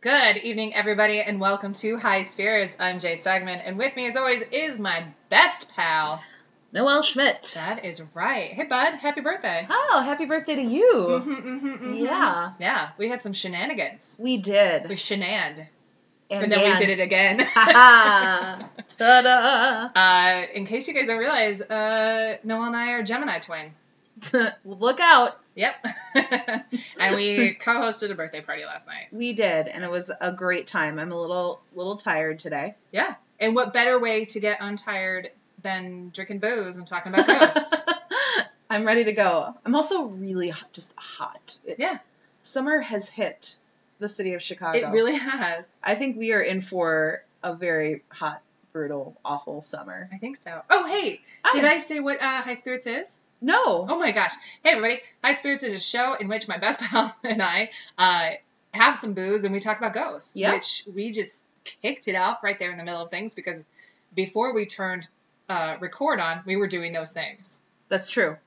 Good evening, everybody, and welcome to High Spirits. I'm Jay Stegman, and with me, as always, is my best pal. Noel Schmidt. That is right. Hey, bud, happy birthday. Oh, happy birthday to you. Mhm, mhm, mhm. Yeah. Yeah, we had some shenanigans. We We did. shenaned, and then we did it again. Ta da! uh, in case you guys don't realize, uh, Noel and I are Gemini twin. Look out. Yep. and we co-hosted a birthday party last night. We did, and it was a great time. I'm a little little tired today. Yeah. And what better way to get untired than drinking booze and talking about ghosts? I'm ready to go. I'm also really hot, just hot. It- Yeah. Summer has hit the city of Chicago. it really has. I think we are in for a very hot, brutal, awful summer. I think so. Oh, hey, did I say what uh, High Spirits is? No. Oh my gosh. Hey, everybody. High Spirits is a show in which my best pal and I uh, have some booze and we talk about ghosts, Yeah. which we just kicked it off right there in the middle of things because before we turned uh, record on, we were doing those things. That's true.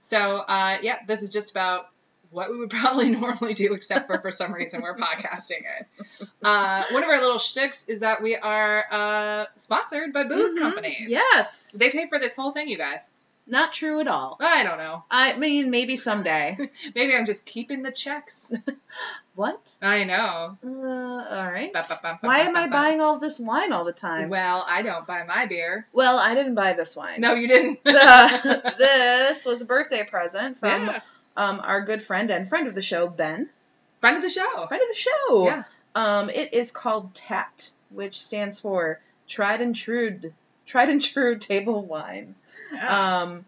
So, uh, yeah, this is just about what we would probably normally do, except for for some reason we're podcasting it. Uh, one of our little shticks is that we are uh, sponsored by booze Mhm. companies. Yes. They pay for this whole thing, you guys. Not true at all. I don't know. I mean, maybe someday. Maybe I'm just keeping the checks. what? I know. Uh, all right. Ba, ba, ba, ba, Why ba, am I ba. buying all this wine all the time? Well, I don't buy my beer. Well, I didn't buy this wine. No, you didn't. The- this was a birthday present from Yeah. um, our good friend and friend of the show, Ben. Friend of the show. Friend of the show. Yeah. Um, it is called TAT, which stands for Tried and True, Tried and True Table Wine. Ah. Um,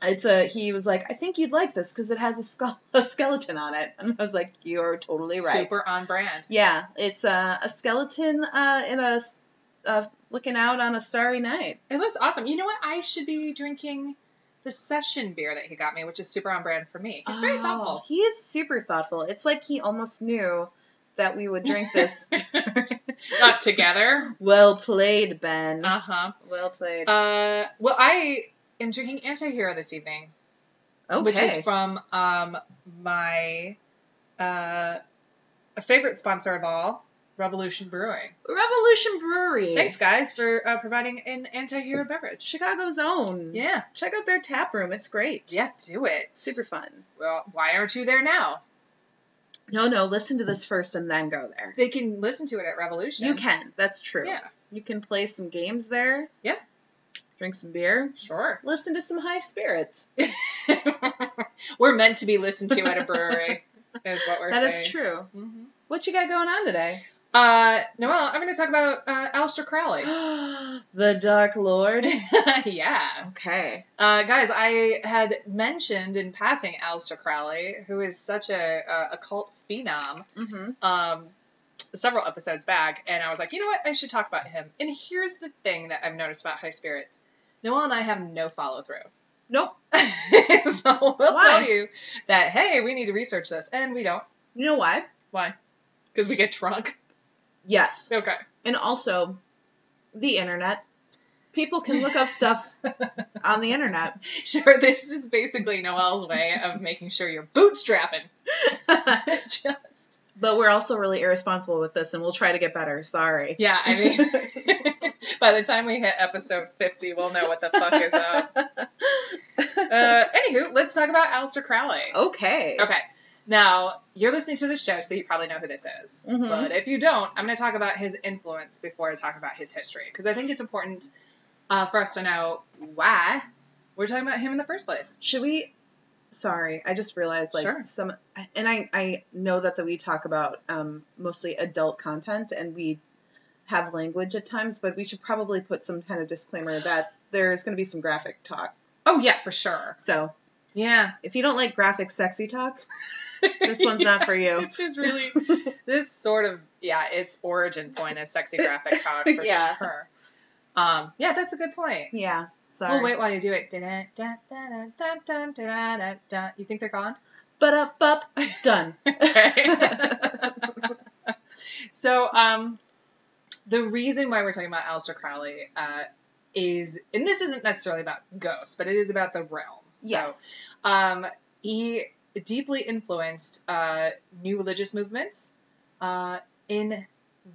it's a. He was like, I think you'd like this because it has a, skull, a skeleton on it, and I was like, you're totally right. Super on brand. Yeah, it's uh, a skeleton uh, in a s- uh, looking out on a starry night. It looks awesome. You know what? I should be drinking the session beer that he got me, which is super on brand for me. He's very Oh, thoughtful. He is super thoughtful. It's like he almost knew that we would drink this. Not together. well played, Ben. Uh huh. well played. Uh, well, I am drinking Antihero this evening, okay. uh, which is from um my uh favorite sponsor of all, Revolution Brewing. Revolution Brewery. Thanks, guys, for uh, providing an anti-hero beverage. Chicago's own. Yeah, Check out their tap room. It's great. yeah, do it. Super fun. Well, why aren't you there now? No, no. Listen to this first and then go there. They can listen to it at Revolution. You can. That's true. Yeah, You can play some games there. Yeah. Drink some beer. sure. Listen to some high spirits. we're meant to be listened to at a brewery, is what we're That saying. is true. Mhm. What you got going on today? Uh, Noel, I'm going to talk about uh, Aleister Crowley. the Dark Lord. yeah. Okay. Uh, guys, I had mentioned in passing Aleister Crowley, who is such a, a occult phenom, Mm-hmm. um, several episodes back, and I was like, you know what? I should talk about him. And here's the thing that I've noticed about High Spirits Noel and I have no follow through. Nope. so we'll Why? tell you that, hey, we need to research this, and we don't You know why? because we get drunk. Yes. Okay. And also, the internet. People can look up stuff on the internet. Sure, this is basically Noel's way of making sure you're bootstrapping. Just. But we're also really irresponsible with this, and we'll try to get better. Sorry. Yeah, I mean, by the time we hit episode 50, we'll know what the fuck is up. Uh, anywho, let's talk about Aleister Crowley. okay. Okay. Now, you're listening to this show, so you probably know who this is. Mhm. But if you don't, I'm going to talk about his influence before I talk about his history, because I think it's important uh, for us to know why we're talking about him in the first place. Should we? Sorry, I just realized like Sure. some, and I I know that that we talk about um, mostly adult content and we have language at times, but we should probably put some kind of disclaimer that there's going to be some graphic talk. Oh, yeah, for sure. So Yeah. if you don't like graphic sexy talk, this one's not for you. This is really, this sort of, yeah, its origin point is sexy graphic talk for Yeah. sure. Um, yeah, that's a good point. Yeah, sorry. We'll wait while you do it. Da-da-da-da-da-da-da-da-da. You think they're gone? But up, up, done. so um, the reason why we're talking about Aleister Crowley uh, is, and this isn't necessarily about ghosts, but it is about the realm. So, yes. um, he deeply influenced uh, new religious movements, uh, in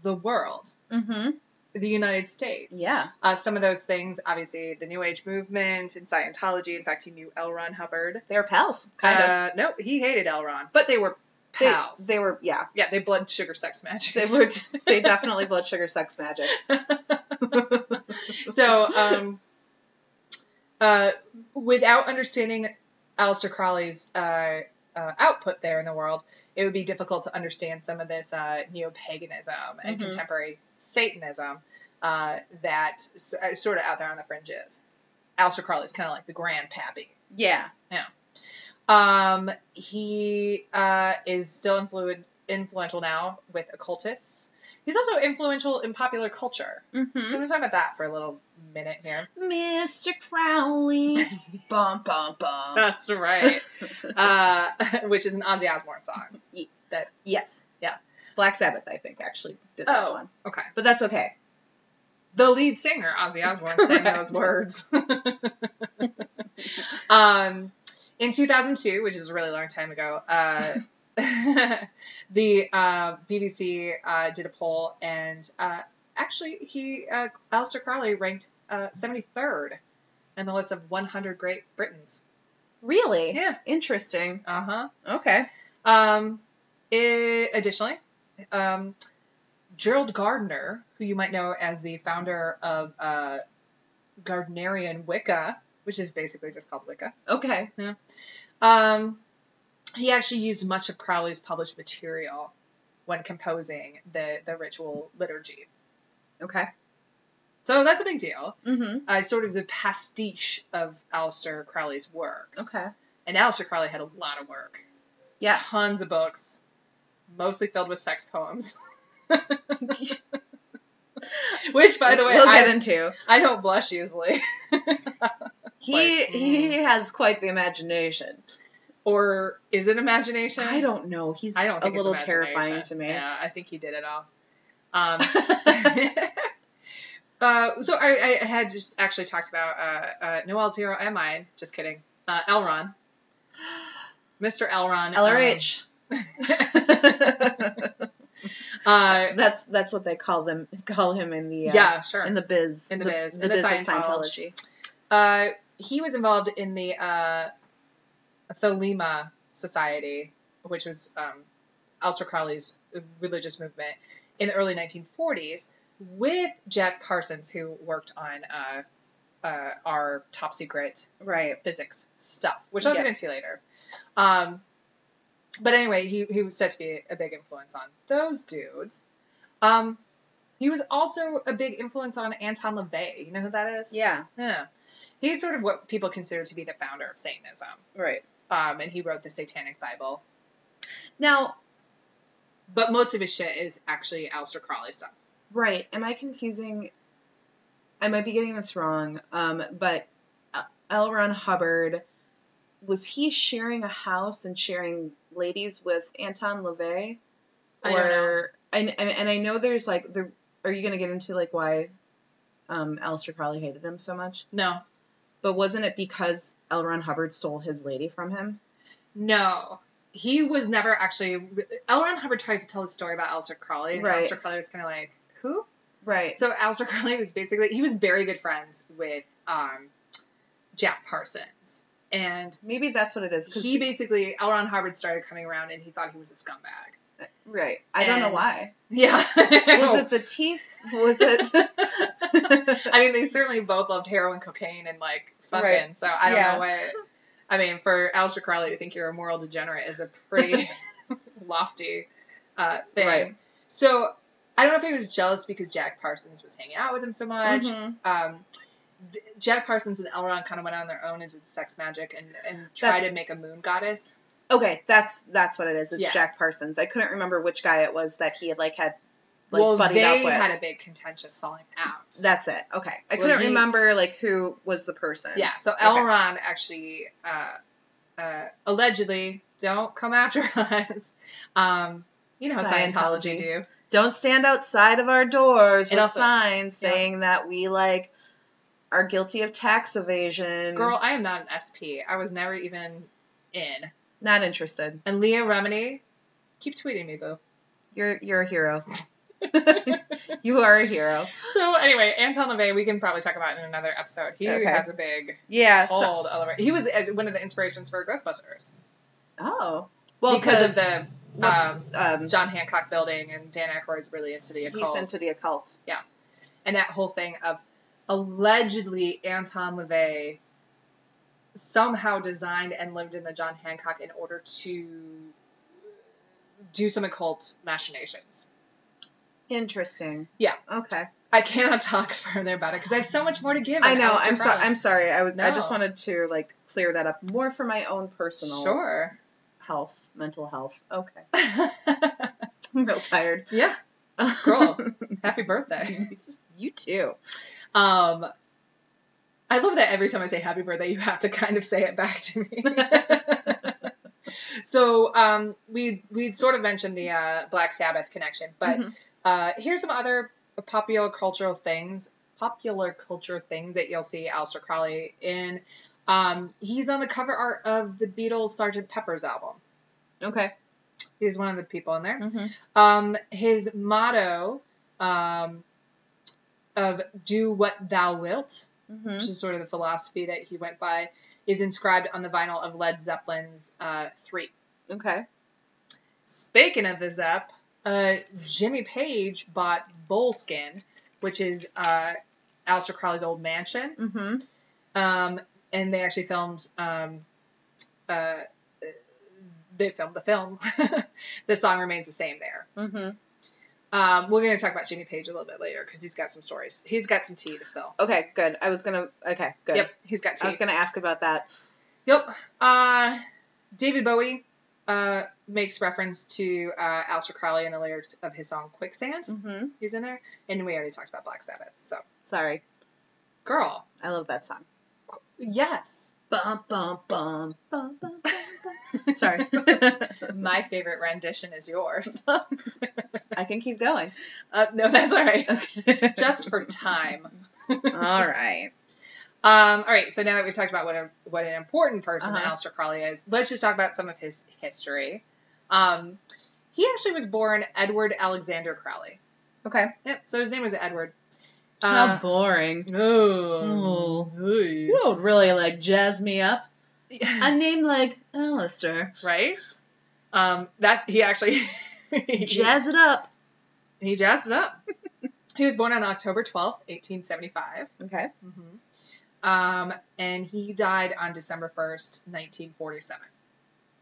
the world, Mm-hmm. the United States. Yeah. Uh, some of those things, obviously, the New Age movement and Scientology. In fact, he knew L. Ron Hubbard. They're pals, kind of. Uh, No, he hated L. Ron, but they were They- pals. They, were, yeah. yeah, they blood sugar sex magic. They were. they definitely blood sugar sex magic. so um, uh, without understanding Aleister Crowley's uh, uh, output there in the world, it would be difficult to understand some of this uh, neo paganism and Mhm. contemporary Satanism uh, that s- uh, sort of out there on the fringes. Aleister Crowley's kind of like the grandpappy. yeah. Um, he uh, is still influ- influential now with occultists. He's also influential in popular culture. Mm-hmm. So I'm going to talk about that for a little minute here. Mr. Crowley. bum bum bum. That's right. uh, which is an Ozzy Osbourne song. Yes. Yeah. Black Sabbath, I think, actually did that Oh. one. Okay. But that's okay. The lead singer, Ozzy Osbourne, sang Correct. those words. um, in 2002, which is a really long time ago, uh, the uh, BBC uh, did a poll, and uh, actually, he uh, Alistair Crowley ranked uh, 73rd in the list of 100 Great Britons. Really? Yeah. Interesting. Uh huh. Okay. Um, i additionally, um, Gerald Gardner, who you might know as the founder of uh, Gardnerian Wicca, which is basically just called Wicca, Okay. um, he actually used much of Crowley's published material when composing the, the ritual liturgy. Okay. So that's a big deal. Mm-hmm. Uh, sort of the pastiche of Aleister Crowley's works. Okay. And Aleister Crowley had a lot of work. Yeah. Tons of books, mostly filled with sex poems. Which, by the way, we'll get I, into. I don't blush easily He Like, he has quite the imagination. or is it imagination? I don't know. He's I don't. Think a it's little imagination. terrifying to me. Yeah, I think he did it all. Um, uh, so I, I had just actually talked about uh, uh, Noel's hero and mine. Just kidding. Uh, Elron, Mr. Elron. LRH. Um, uh, that's that's what they call them call him in the yeah. uh, sure. in the biz In the biz. In the Scientology. Scientology. uh, he was involved in the uh, Thelema Society, which was um, Aleister Crowley's religious movement in the early 1940s, with Jack Parsons, who worked on uh, uh, our top secret Right. physics stuff, which I'll Yeah. get into later. Um, but anyway, he, he was said to be a big influence on those dudes. Um, he was also a big influence on Anton LaVey. You know who that is? Yeah. Yeah. He's sort of what people consider to be the founder of Satanism. Right. Um, and he wrote the Satanic Bible. Now, But most of his shit is actually Aleister Crowley stuff. right. Am I confusing? I might be getting this wrong. Um, but L. L. Ron Hubbard was he sharing a house and sharing ladies with Anton LaVey? I don't know. and and- and I know there's like the. Are you gonna get into like why, um, Aleister Crowley hated him so much? No. But wasn't it because L. Ron Hubbard stole his lady from him? No. He was never actually. L. Ron Hubbard tries to tell a story about Aleister Crowley. And Right. Aleister Crowley was kind of like, who? Right. So Aleister Crowley was basically. He was very good friends with um, Jack Parsons. And Maybe that's what it is. 'cause- he basically. L. Ron Hubbard started coming around and he thought he was a scumbag. right. I don't know and- why. Yeah. Was it the teeth? Was it? I mean, they certainly both loved heroin, cocaine, and like fucking. Right. So I don't Yeah. know what. I mean, for Aleister Crowley to think you're a moral degenerate is a pretty lofty uh, thing. Right. So I don't know if he was jealous because Jack Parsons was hanging out with him so much. Mhm. Um, D- Jack Parsons and Elrond kind of went on their own and did sex magic and, and tried That's- to make a moon goddess. Okay, that's that's what it is. It's Yeah. Jack Parsons. I couldn't remember which guy it was that he had like had like well, buddied they up with. had a big contentious falling out. that's it. Okay, I Well, couldn't he- remember like who was the person. Yeah, so Okay. Elrond actually uh, uh, allegedly don't come after us. Um, you know how Scientology, Scientology. do. Don't stand outside of our doors And with also- signs yeah. saying that we like are guilty of tax evasion. Girl, I am not an SP. I was never even in. not interested. And Leah Remini, keep tweeting me, boo. You're you're a hero. you are a hero. So anyway, Anton LaVey, we can probably talk about in another episode. He Okay. has a big Yeah. so- hold all over. He was uh, one of the inspirations for Ghostbusters oh. Well, because of the um, um, John Hancock building, and Dan Aykroyd's really into the occult, he's into the occult. and that whole thing of allegedly Anton LaVey somehow designed and lived in the John Hancock in order to do some occult machinations. Interesting. Yeah. Okay. I cannot talk further about it because I have so much more to give. I and know. Alistair I'm sorry. Crowley. I'm sorry. I was. I just No. wanted to like clear that up more for my own personal sure. health, mental health. Okay. I'm real tired. yeah. Girl. Happy birthday. you too. Um, I love that every time I say happy birthday, you have to kind of say it back to me. so um, we we sort of mentioned the uh, Black Sabbath connection, but Mhm. uh, here's some other popular cultural things, popular culture things that you'll see Aleister Crowley in. Um, he's on the cover art of the Beatles' Sgt. Pepper's album. okay. He's one of the people in there. Mm-hmm. Um, his motto um, of "Do what thou wilt" Mm-hmm. which is sort of the philosophy that he went by, is inscribed on the vinyl of Led Zeppelin's uh, Three. Okay. Speaking of the Zepp, uh, Jimmy Page bought Bullskin, which is uh, Aleister Crowley's old mansion, Mm-hmm. um, and they actually filmed. Um, uh, they filmed the film. the song remains the same there. Mm-hmm. Um, we're going to talk about Jimmy Page a little bit later because he's got some stories. He's got some tea to spill. Okay. Good. I was gonna. Okay. Good. Yep, he's got tea. I was gonna ask about that. Yep. Uh, David Bowie uh, makes reference to uh, Aleister Crowley in the lyrics of his song Quicksand. Mm-hmm. He's in there. And we already talked about Black Sabbath. So, Sorry. girl. I love that song. Yes. Bum bum bum bum bum. bum. Sorry. My favorite rendition is yours. I can keep going. Uh, no, that's all right. Okay. Just for time. all right. Um, all right, so now that we've talked about what a, what an important person Uh-huh. Aleister Crowley is, let's just talk about some of his history. Um, he actually was born Edward Alexander Crowley. Okay. Uh, Yep, so his name was Edward. Uh, How boring. Oh. You don't really like jazz me up. Yeah. A name like Alistair. right? Um, that he actually he, Jazz it up. he jazzed it up. he was born on October twelfth, eighteen seventy five. Okay. Um, and he died on December first, nineteen forty seven.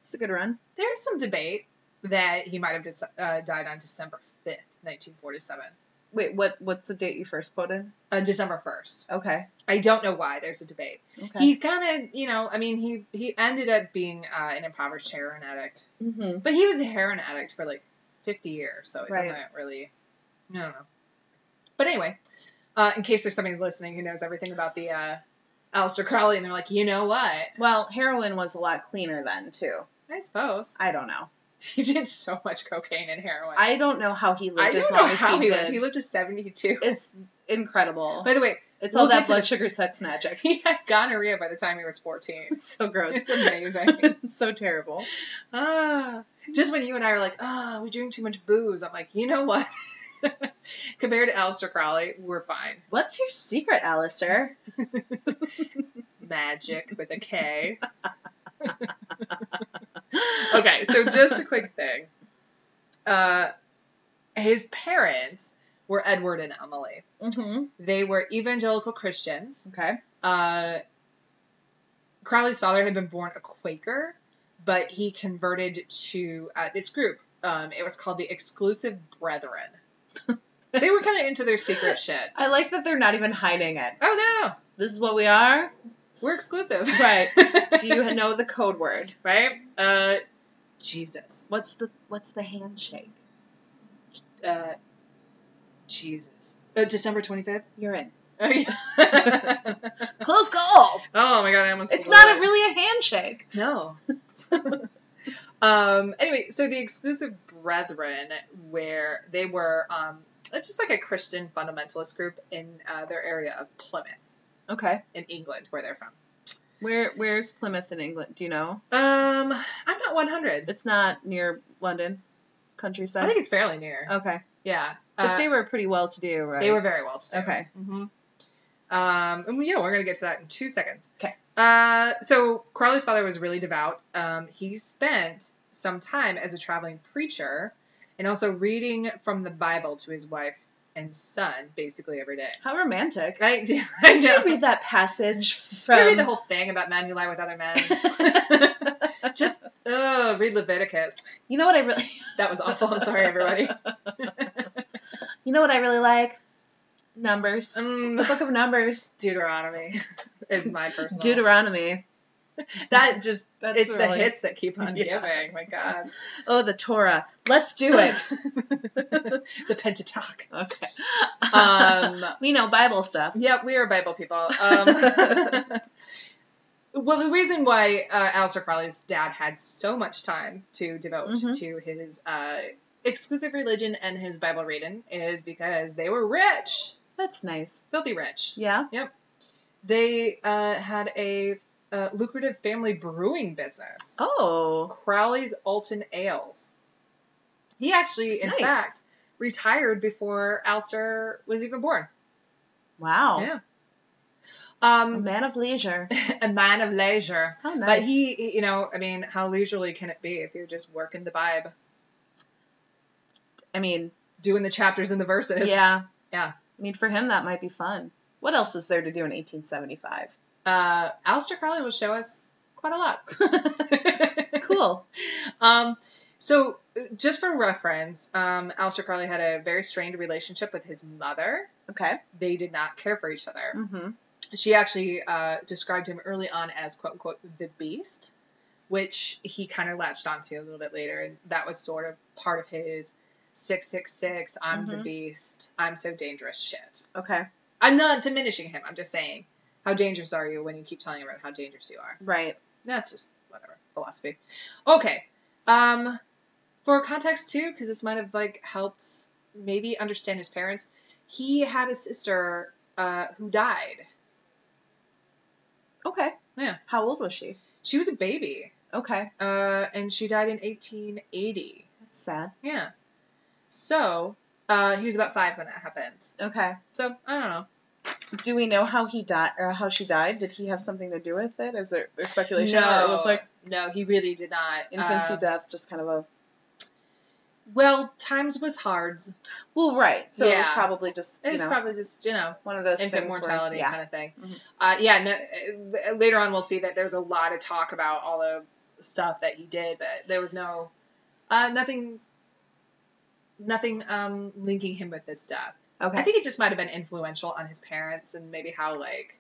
It's a good run. There's some debate that he might have dis- uh, died on December fifth, nineteen forty seven. Wait, what what's the date you first quoted? Uh, December first. Okay. I don't know why there's a debate. Okay. He kind of, you know, I mean, he he ended up being uh, an impoverished heroin addict. mm-hmm. But he was a heroin addict for like 50 years, so it Right. doesn't really. I don't know. But anyway, uh, in case there's somebody listening who knows everything about the uh, Aleister Crowley, and they're like, you know what? Well, heroin was a lot cleaner then too. I suppose I don't know. he did so much cocaine and heroin. I don't know how he I lived as don't know long as how he, he, lived. did. He lived to 72. It's incredible. By the way, it's we'll all get that to blood the- sugar sex magic. he had gonorrhea by the time he was 14. It's so gross. It's amazing. It's so terrible. ah, just when you and I are like, ah, we drink too much booze, I'm like, you know what? Compared to Aleister Crowley, we're fine. What's your secret, Alistair? magic with a K. okay, so just a quick thing. Uh, his parents were Edward and Emily. Mm-hmm. They were evangelical Christians. Okay. Uh, Crowley's father had been born a Quaker, but he converted to uh, this group. Um, it was called the Exclusive Brethren. they were kind of into their secret shit. I like that they're not even hiding it. Oh no, This is what we are. we're exclusive. Right. Do you know the code word? right? Uh, Jesus. What's the what's the handshake? Uh, Jesus. Uh, December 25th? You're in. oh Close call. my god, I almost. It's pulled not it. a really a handshake. No. um, anyway, so the exclusive brethren, where they were um, it's just like a Christian fundamentalist group in uh, their area of Plymouth, Okay. in England, where they're from. Where where's Plymouth in England? Do you know? Um, I'm not 100. It's not near London. countryside? I think it's fairly near. okay, Yeah. but Uh, they were pretty well to do, Oh. right? They were very well to do. okay. hmm Um, and we- yeah, we're going to get to that in two seconds. 'Kay. Uh, so Carly's father was really devout. Um, he spent some time as a traveling preacher and also reading from the Bible to his wife and son basically every day. How romantic! Right? I Did you know. read that passage from? Can I read the whole thing about men who lie with other men. Just oh, read Leviticus. you know what I really. That was awful. I'm sorry, everybody. You know what I really like? Numbers. The Um, Book of Numbers. Deuteronomy is my personal. Deuteronomy. that just That's it's the really- hits that keep on Yeah. giving. My God, Oh, the Torah. Let's do it. the Pentateuch. okay. Um, we know Bible stuff. yeah, we are Bible people. Um, well, the reason why uh, Alistair Crowley's dad had so much time to devote Mhm. to his uh, exclusive religion and his Bible reading is because they were rich, That's nice. filthy rich. Yeah. They uh, had a uh, lucrative family brewing business. Oh. Crowley's Alton Ales. He actually, in Nice. fact, retired before Alster was even born. Wow. Yeah. A Um, man of leisure. a man of leisure. How nice. But he, he- you know, I mean, how leisurely can it be if you're just working the vibe, I mean, doing the chapters and the verses? yeah. Yeah. I mean, for him, that might be fun. What else is there to do in 1875? Uh, Alistair Crowley will show us quite a lot. Cool. Um, so, uh, just for reference, um, Alistair Crowley had a very strained relationship with his mother. okay. They did not care for each other. Mm-hmm. she actually uh, described him early on as quote unquote the beast, which he kind of latched onto a little bit later, and that was sort of part of his six six six. I'm the Mhm. beast. I'm so dangerous. Shit. Okay. I'm not diminishing him. I'm just saying, how dangerous are you when you keep telling everyone how dangerous you are? Right. That's just whatever philosophy. Okay. Um, for context too, because this might have like helped maybe understand his parents. He had a sister uh, who died. Okay. Yeah. How old was she? She was a baby. Okay. uh, and she died in 1880. That's sad. Yeah. So, uh, he was about five when that happened. Okay. So, I don't know. Do we know how he died or how she died? Did he have something to do with it? Is there, there's speculation? Or it was like no, he really did not. infancy Uh, death, just kind of a Well, times was hard. Well, right. So it was Yeah. probably just It you was know probably just, you know, one of those infant things where- mortality yeah. kind of thing. Mhm. Uh, yeah, no, uh, later on we'll see that there's a lot of talk about all the stuff that he did, but there was no, uh, nothing, nothing um, linking him with this death. Okay. I think it just might have been influential on his parents and maybe how like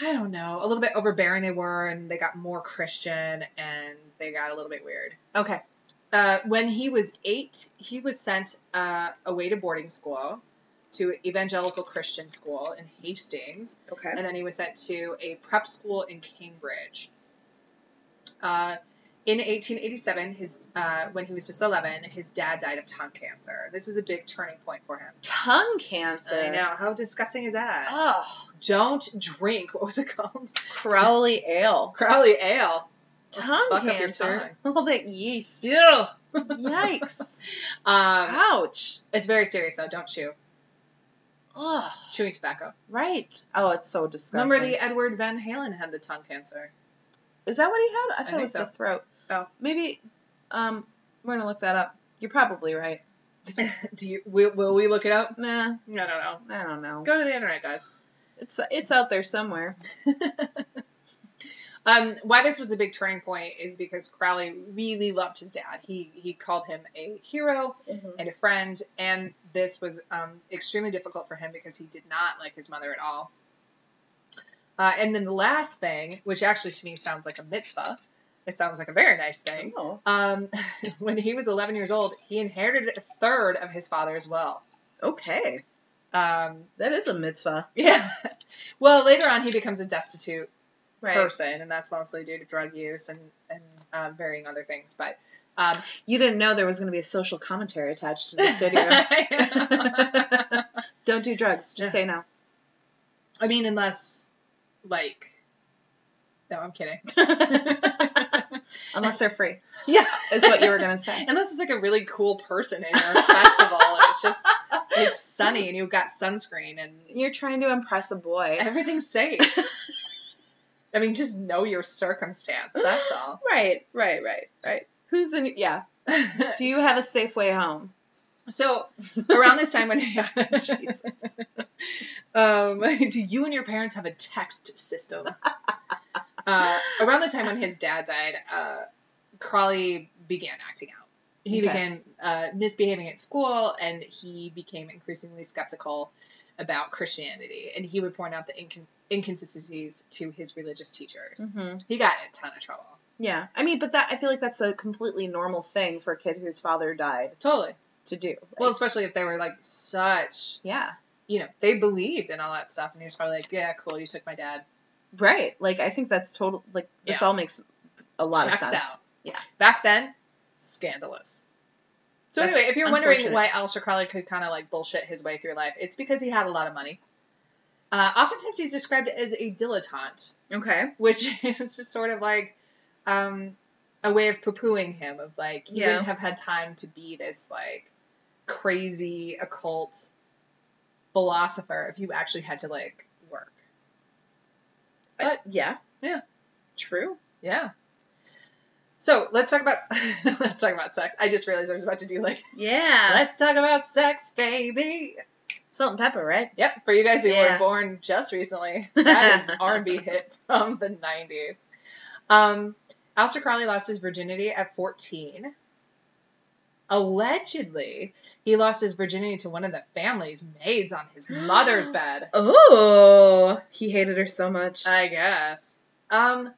I don't know, a little bit overbearing they were and they got more Christian and they got a little bit weird. okay. Uh, when he was eight, he was sent uh, away to boarding school, to evangelical Christian school in Hastings, Okay. and then he was sent to a prep school in Cambridge. Uh, in 1887, his uh, when he was just 11, his dad died of tongue cancer. This was a big turning point for him. Tongue cancer. I know. How disgusting is that? Oh, Don't drink. What was it called? Crowley ale. Crowley ale. Tongue Fuck up your cancer. All that yeast. Still. Yikes. Um, Ouch. it's very serious though. Don't chew. Ugh. Chewing tobacco. Right. Oh, it's so disgusting. Remember the Edward Van Halen had the tongue cancer. Is that what he had? I thought think it was the so. throat. Oh. Maybe. Um, we're gonna look that up. You're probably right. Do you? Will, will we look it up? Nah, I don't know. I don't know. Go to the internet, guys. It's it's out there somewhere. um, why this was a big turning point is because Crowley really loved his dad. He he called him a hero. and a friend. And this was um, extremely difficult for him because he did not like his mother at all. Uh, and then the last thing, which actually to me sounds like a mitzvah, it sounds like a very nice thing. Oh. Um, when he was 11 years old, he inherited a third of his father's wealth. Okay. Um, That is a mitzvah. yeah. Well, later on, he becomes a destitute First. person, and that's mostly due to drug use and, and uh, varying other things. But um, You didn't know there was going to be a social commentary attached to this video. video. Don't do drugs. Just Yeah. say no. I mean, unless, like, no, I'm kidding. unless they're free, Yeah, is what you were gonna say. Unless it's like a really cool person in your festival, and it's just it's sunny, and you've got sunscreen, and You're trying to impress a boy, everything's safe. I mean, just know your circumstance. That's all. right? Right? Right? Right? Who's in? Yeah. Do you have a safe way home? So around this time when um, do you and your parents have a text system? Uh, around the time when his dad died, uh, Crawley began acting out. He Okay. began uh, misbehaving at school, and he became increasingly skeptical about Christianity. And he would point out the incon- inconsistencies to his religious teachers. Mm-hmm. He got in a ton of trouble. Yeah. I mean, but that I feel like that's a completely normal thing for a kid whose father died Totally. to do. Well, Like, especially if they were like such yeah. you know, they believed in all that stuff, and he was probably like, "Yeah, cool, you took my dad." Right. Like I think that's total. Like this Yeah. all makes a lot Checks of sense. out. Yeah. Back then, scandalous. So That's anyway, if you're wondering unfortunate. why Aleister Crowley could kind of like bullshit his way through life, it's because he had a lot of money. Uh, oftentimes, he's described as a dilettante, Okay. which is just sort of like um, a way of poo-pooing him, of like he Yeah. wouldn't have had time to be this like crazy occult philosopher if you actually had to like work. But yeah. Yeah. True. Yeah. So let's talk about let's talk about sex. I just realized I was about to do like Yeah. let's talk about sex, baby. Salt and pepper, right? Yep, for you guys who Yeah. were born just recently, that is R and B hit from the nineties. Um Alistair Crowley lost his virginity at fourteen. Allegedly, he lost his virginity to one of the family's maids on his mother's bed. Oh, he hated her so much. I guess. Um,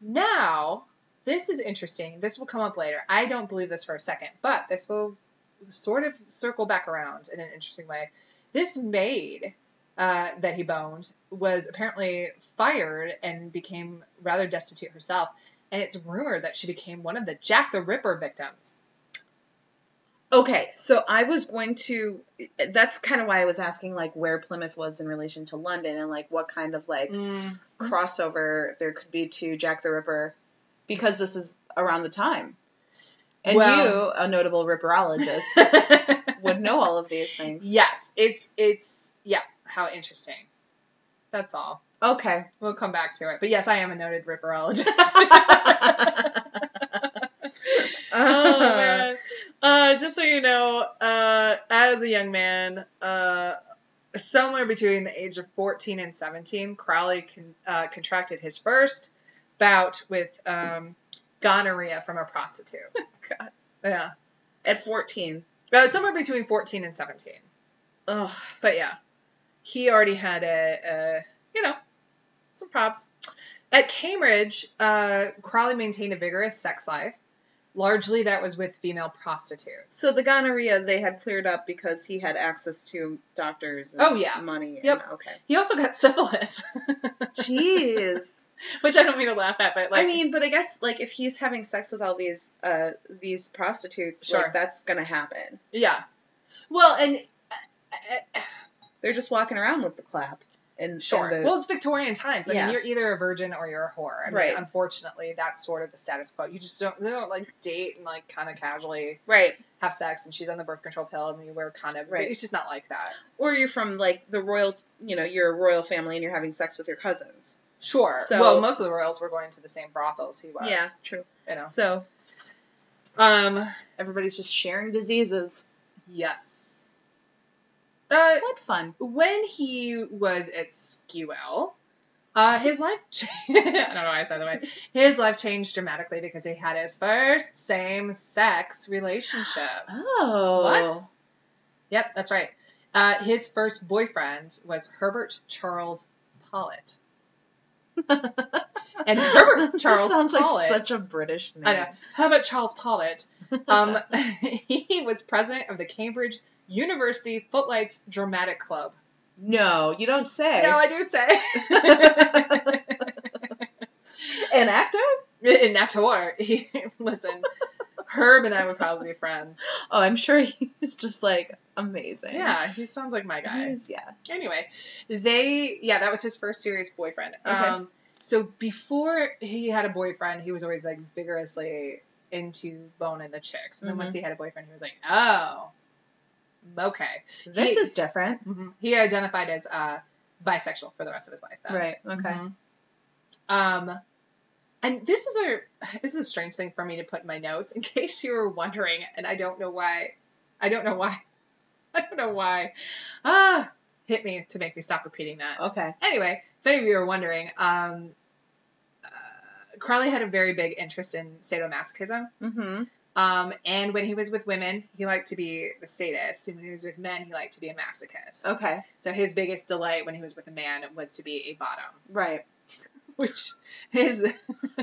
now this is interesting. This will come up later. I don't believe this for a second, but this will sort of circle back around in an interesting way. This maid uh, that he boned was apparently fired and became rather destitute herself. And it's rumored that she became one of the Jack the Ripper victims. okay, so I was going to. That's kind of why I was asking, like, where Plymouth was in relation to London, and like what kind of like Mm-hmm. crossover there could be to Jack the Ripper, because this is around the time. And Well- you, a notable ripperologist, would know all of these things. yes, it's it's yeah. How interesting. That's all. Okay. We'll come back to it. But yes, I am a noted ripperologist. oh, man. Uh, just so you know, uh, as a young man, uh, somewhere between the age of 14 and 17, Crowley con- uh, contracted his first bout with um, gonorrhea from a prostitute. God. Yeah. At 14. Uh, somewhere between 14 and 17. Ugh. But yeah, he already had a, a you know, some props. At Cambridge, uh, Crowley maintained a vigorous sex life. Largely, that was with female prostitutes. So the gonorrhea they had cleared up because he had access to doctors and Oh, yeah. money. and- Yep. okay. He also got syphilis, Jeez. which I don't mean to laugh at, but like, I mean, but I guess like if he's having sex with all these uh these prostitutes, Sure. like that's gonna happen. yeah. Well, and They're just walking around with the clap and and sure. the- well, it's Victorian times. I Yeah. mean, you're either a virgin or you're a whore. I mean, Right. Unfortunately, that's sort of the status quo. You just don't they don't like date and like kind of casually right. have sex, and she's on the birth control pill, and you wear condom. Right. Right. It's just not like that. Or you're from like the royal, you know, you're a royal family and you're having sex with your cousins. Sure. So- well, most of the royals were going to the same brothels he was. Yeah, true. You know. So Um. everybody's just sharing diseases. Yes. Uh, What fun! when he was at Skewell, uh, his life. Cha- I don't know why I said it that way. His life changed dramatically because he had his first same-sex relationship. Oh, What? Yep, that's right. Uh, his first boyfriend was Herbert Charles Pollitt. and Herbert This Charles sounds like Pollitt. such a British name. I know. How about Charles Pollitt? Um, he was president of the Cambridge University Footlights Dramatic Club. no, you don't say. No, I do say. An actor? In that tour, he, listen, Herb and I would probably be friends. Oh, I'm sure he's just like amazing. Yeah, he sounds like my guy. He's- yeah. Anyway, they, yeah, that was his first serious boyfriend. Um, So before he had a boyfriend, he was always like vigorously into Bone and the chicks. And then Mhm. once he had a boyfriend, he was like, oh, okay. This He- is different. Mhm. He identified as uh, bisexual for the rest of his life. Though. Right. Okay. Mhm. Um, and this is a this is a strange thing for me to put in my notes in case you were wondering, and I don't know why, I don't know why, I don't know why, ah, hit me to make me stop repeating that. Okay. Anyway, if any of you are wondering, um, uh, Carly had a very big interest in sadomasochism. Mm-hmm. Um, and when he was with women, he liked to be the sadist, and when he was with men, he liked to be a masochist. Okay. So his biggest delight when he was with a man was to be a bottom, Right. which is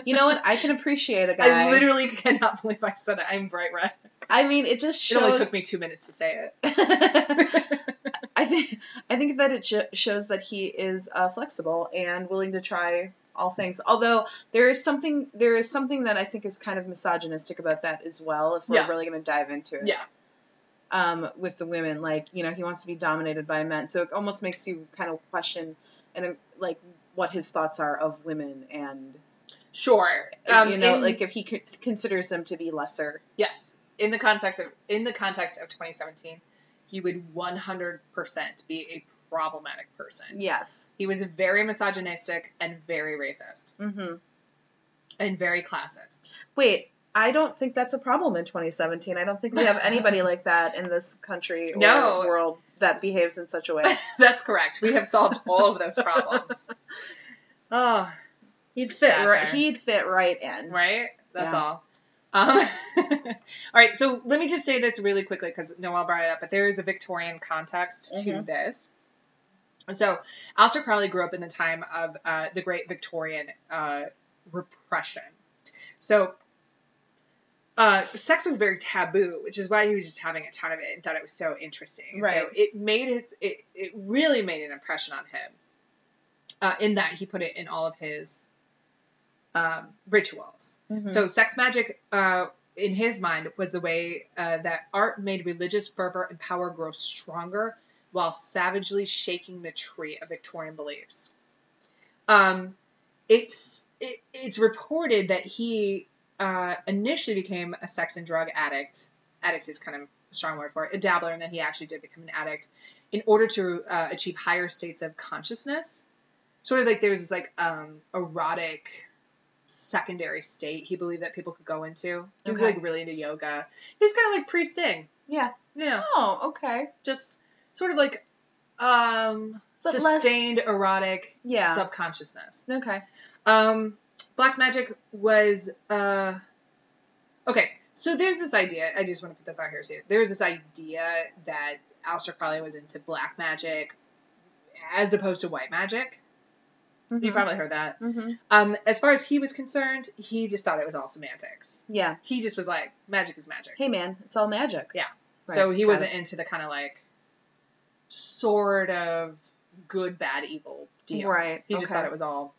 You know what? I can appreciate a guy. I literally cannot believe I said it. I'm bright red. I mean, it just It only shows. took me two minutes to say it. I think I think that it sh- shows that he is uh, flexible and willing to try all things. Although there is something there is something that I think is kind of misogynistic about that as well. If we're Yeah. really going to dive into it, Yeah. Um, with the women, like you know, he wants to be dominated by men, so it almost makes you kind of question and um, like what his thoughts are of women and Sure. Um, you know, in- like if he c- considers them to be lesser. yes, in the context of in the context of 2017, he would 100% be a problematic person. Yes. He was very misogynistic and very racist Mm-hmm. and very classist. Wait, I don't think that's a problem in 2017. I don't think we have anybody like that in this country or No. world that behaves in such a way. That's correct. We have solved all of those problems. Oh, He'd fit Satire. right. He'd fit right in. Right? That's Yeah. all. Um, all right, so let me just say this really quickly because Noel brought it up, but there is a Victorian context to Mhm. this. So, Alistair Crowley grew up in the time of uh, the Great Victorian uh, Repression. So, uh, sex was very taboo, which is why he was just having a ton of it and thought it was so interesting. Right. So it made it, it it really made an impression on him. Uh, in that he put it in all of his um, rituals. Mhm. So sex magic, uh, in his mind, was the way uh, that art made religious fervor and power grow stronger while savagely shaking the tree of Victorian beliefs. Um, it's it, it's reported that he uh, initially became a sex and drug addict. Addict is kind of a strong word for it. A dabbler, and then he actually did become an addict in order to uh, achieve higher states of consciousness. Sort of like there was this like um, erotic secondary state he believed that people could go into. He was Okay. like really into yoga. He's kind of like pre Sting. Yeah. Yeah. Oh, okay. Just sort of like um But less- sustained erotic Yeah. subconsciousness. okay. Um, black magic was uh, okay. So there's this idea. I just want to put this out here too. There's this idea that Aleister Crowley was into black magic as opposed to white magic. Mm-hmm. You've probably heard that. hmm Um, as far as he was concerned, he just thought it was all semantics. Yeah. He just was like, magic is magic. Hey, man, it's all magic. Yeah. Right, so he got wasn't it. into the kind of like sort of good, bad, evil deal. Right. He just okay. thought it was all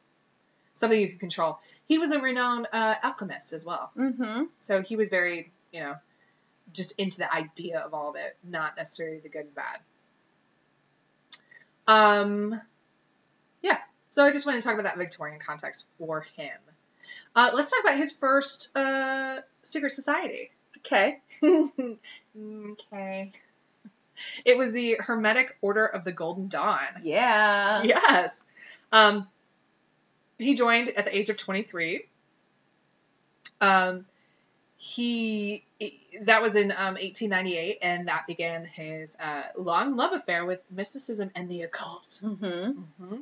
something you could control. He was a renowned uh, alchemist as well. Mm-hmm. So he was very, you know, just into the idea of all of it, not necessarily the good and bad. Um, yeah. So I just wanted to talk about that Victorian context for him. Uh, let's talk about his first uh, secret society. Okay. okay. It was the Hermetic Order of the Golden Dawn. Yeah. Yes. Um, he joined at the age of 23. Um, he that was in um, 1898, and that began his uh, long love affair with mysticism and the occult. Mm-hmm.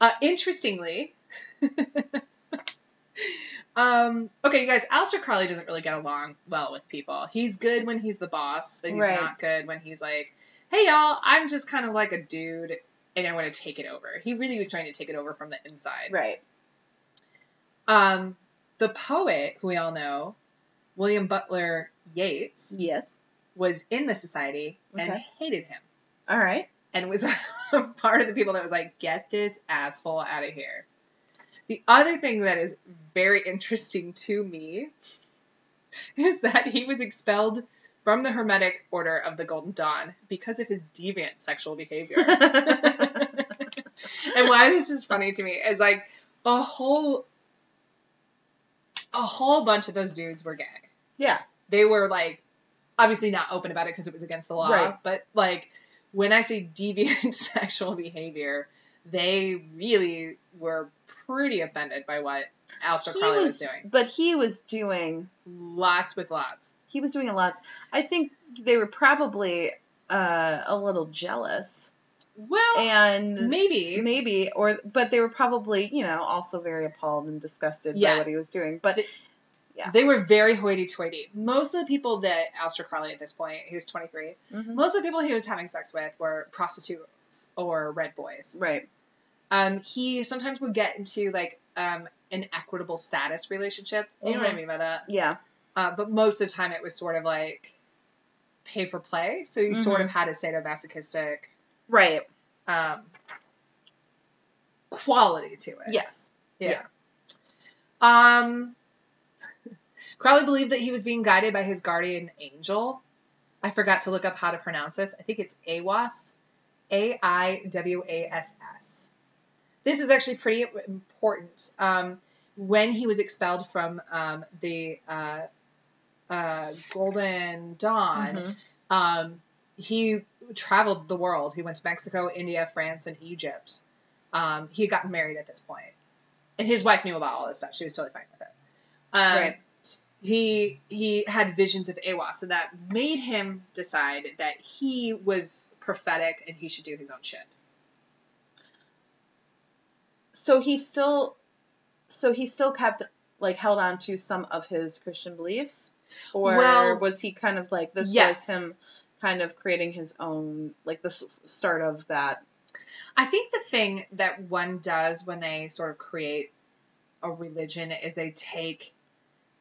Uh, interestingly, um, okay, you guys, Alistair Crowley doesn't really get along well with people. He's good when he's the boss, but he's Right. not good when he's like, hey, y'all, I'm just kind of like a dude and I want to take it over. He really was trying to take it over from the inside. Right. Um, the poet, who we all know, William Butler Yeats, Yes. was was in the society and Okay. hated him all right. and was part of the people that was like, get this asshole out of here. The other thing that is very interesting to me is that he was expelled from the Hermetic Order of the Golden Dawn because of his deviant sexual behavior. and why this is funny to me is like, a whole a whole bunch of those dudes were gay. Yeah. They were like obviously not open about it because it was against the law, Right. but like when I say deviant sexual behavior, they really were pretty offended by what Alistair He Crowley was, was- doing. But he was doing Lots with lots. he was doing a lot. I think they were probably uh, a little jealous Well, and maybe. maybe or but they were probably you know also very appalled and disgusted Yeah. by what he was doing. But The- yeah. They were very hoity-toity. Most of the people that Alistair Crowley at this point, he was 23, Mhm. most of the people he was having sex with were prostitutes or red boys. right, um, he sometimes would get into like um, an equitable status relationship. You know what I Mhm. mean by that? yeah, Uh, but most of the time, it was sort of like pay for play. So you sort of had a sadomasochistic right, um, quality to it. yes, Yeah. Um, Crowley believed that he was being guided by his guardian angel. I forgot to look up how to pronounce this. I think it's AWAS. A I W A S S. This is actually pretty important. Um, when he was expelled from um, the uh, uh, Golden Dawn, Mhm. um, he traveled the world. He went to Mexico, India, France, and Egypt. Um, he had gotten married at this point, and his wife knew about all this stuff. She was totally fine with it. Um, Right. He he had visions of Awa, so that made him decide that he was prophetic and he should do his own shit. So he still, so he still kept like held on to some of his Christian beliefs, or Well- was he kind of like this Yes. was him kind of creating his own like the s- start of that I think the thing that one does when they sort of create a religion is they take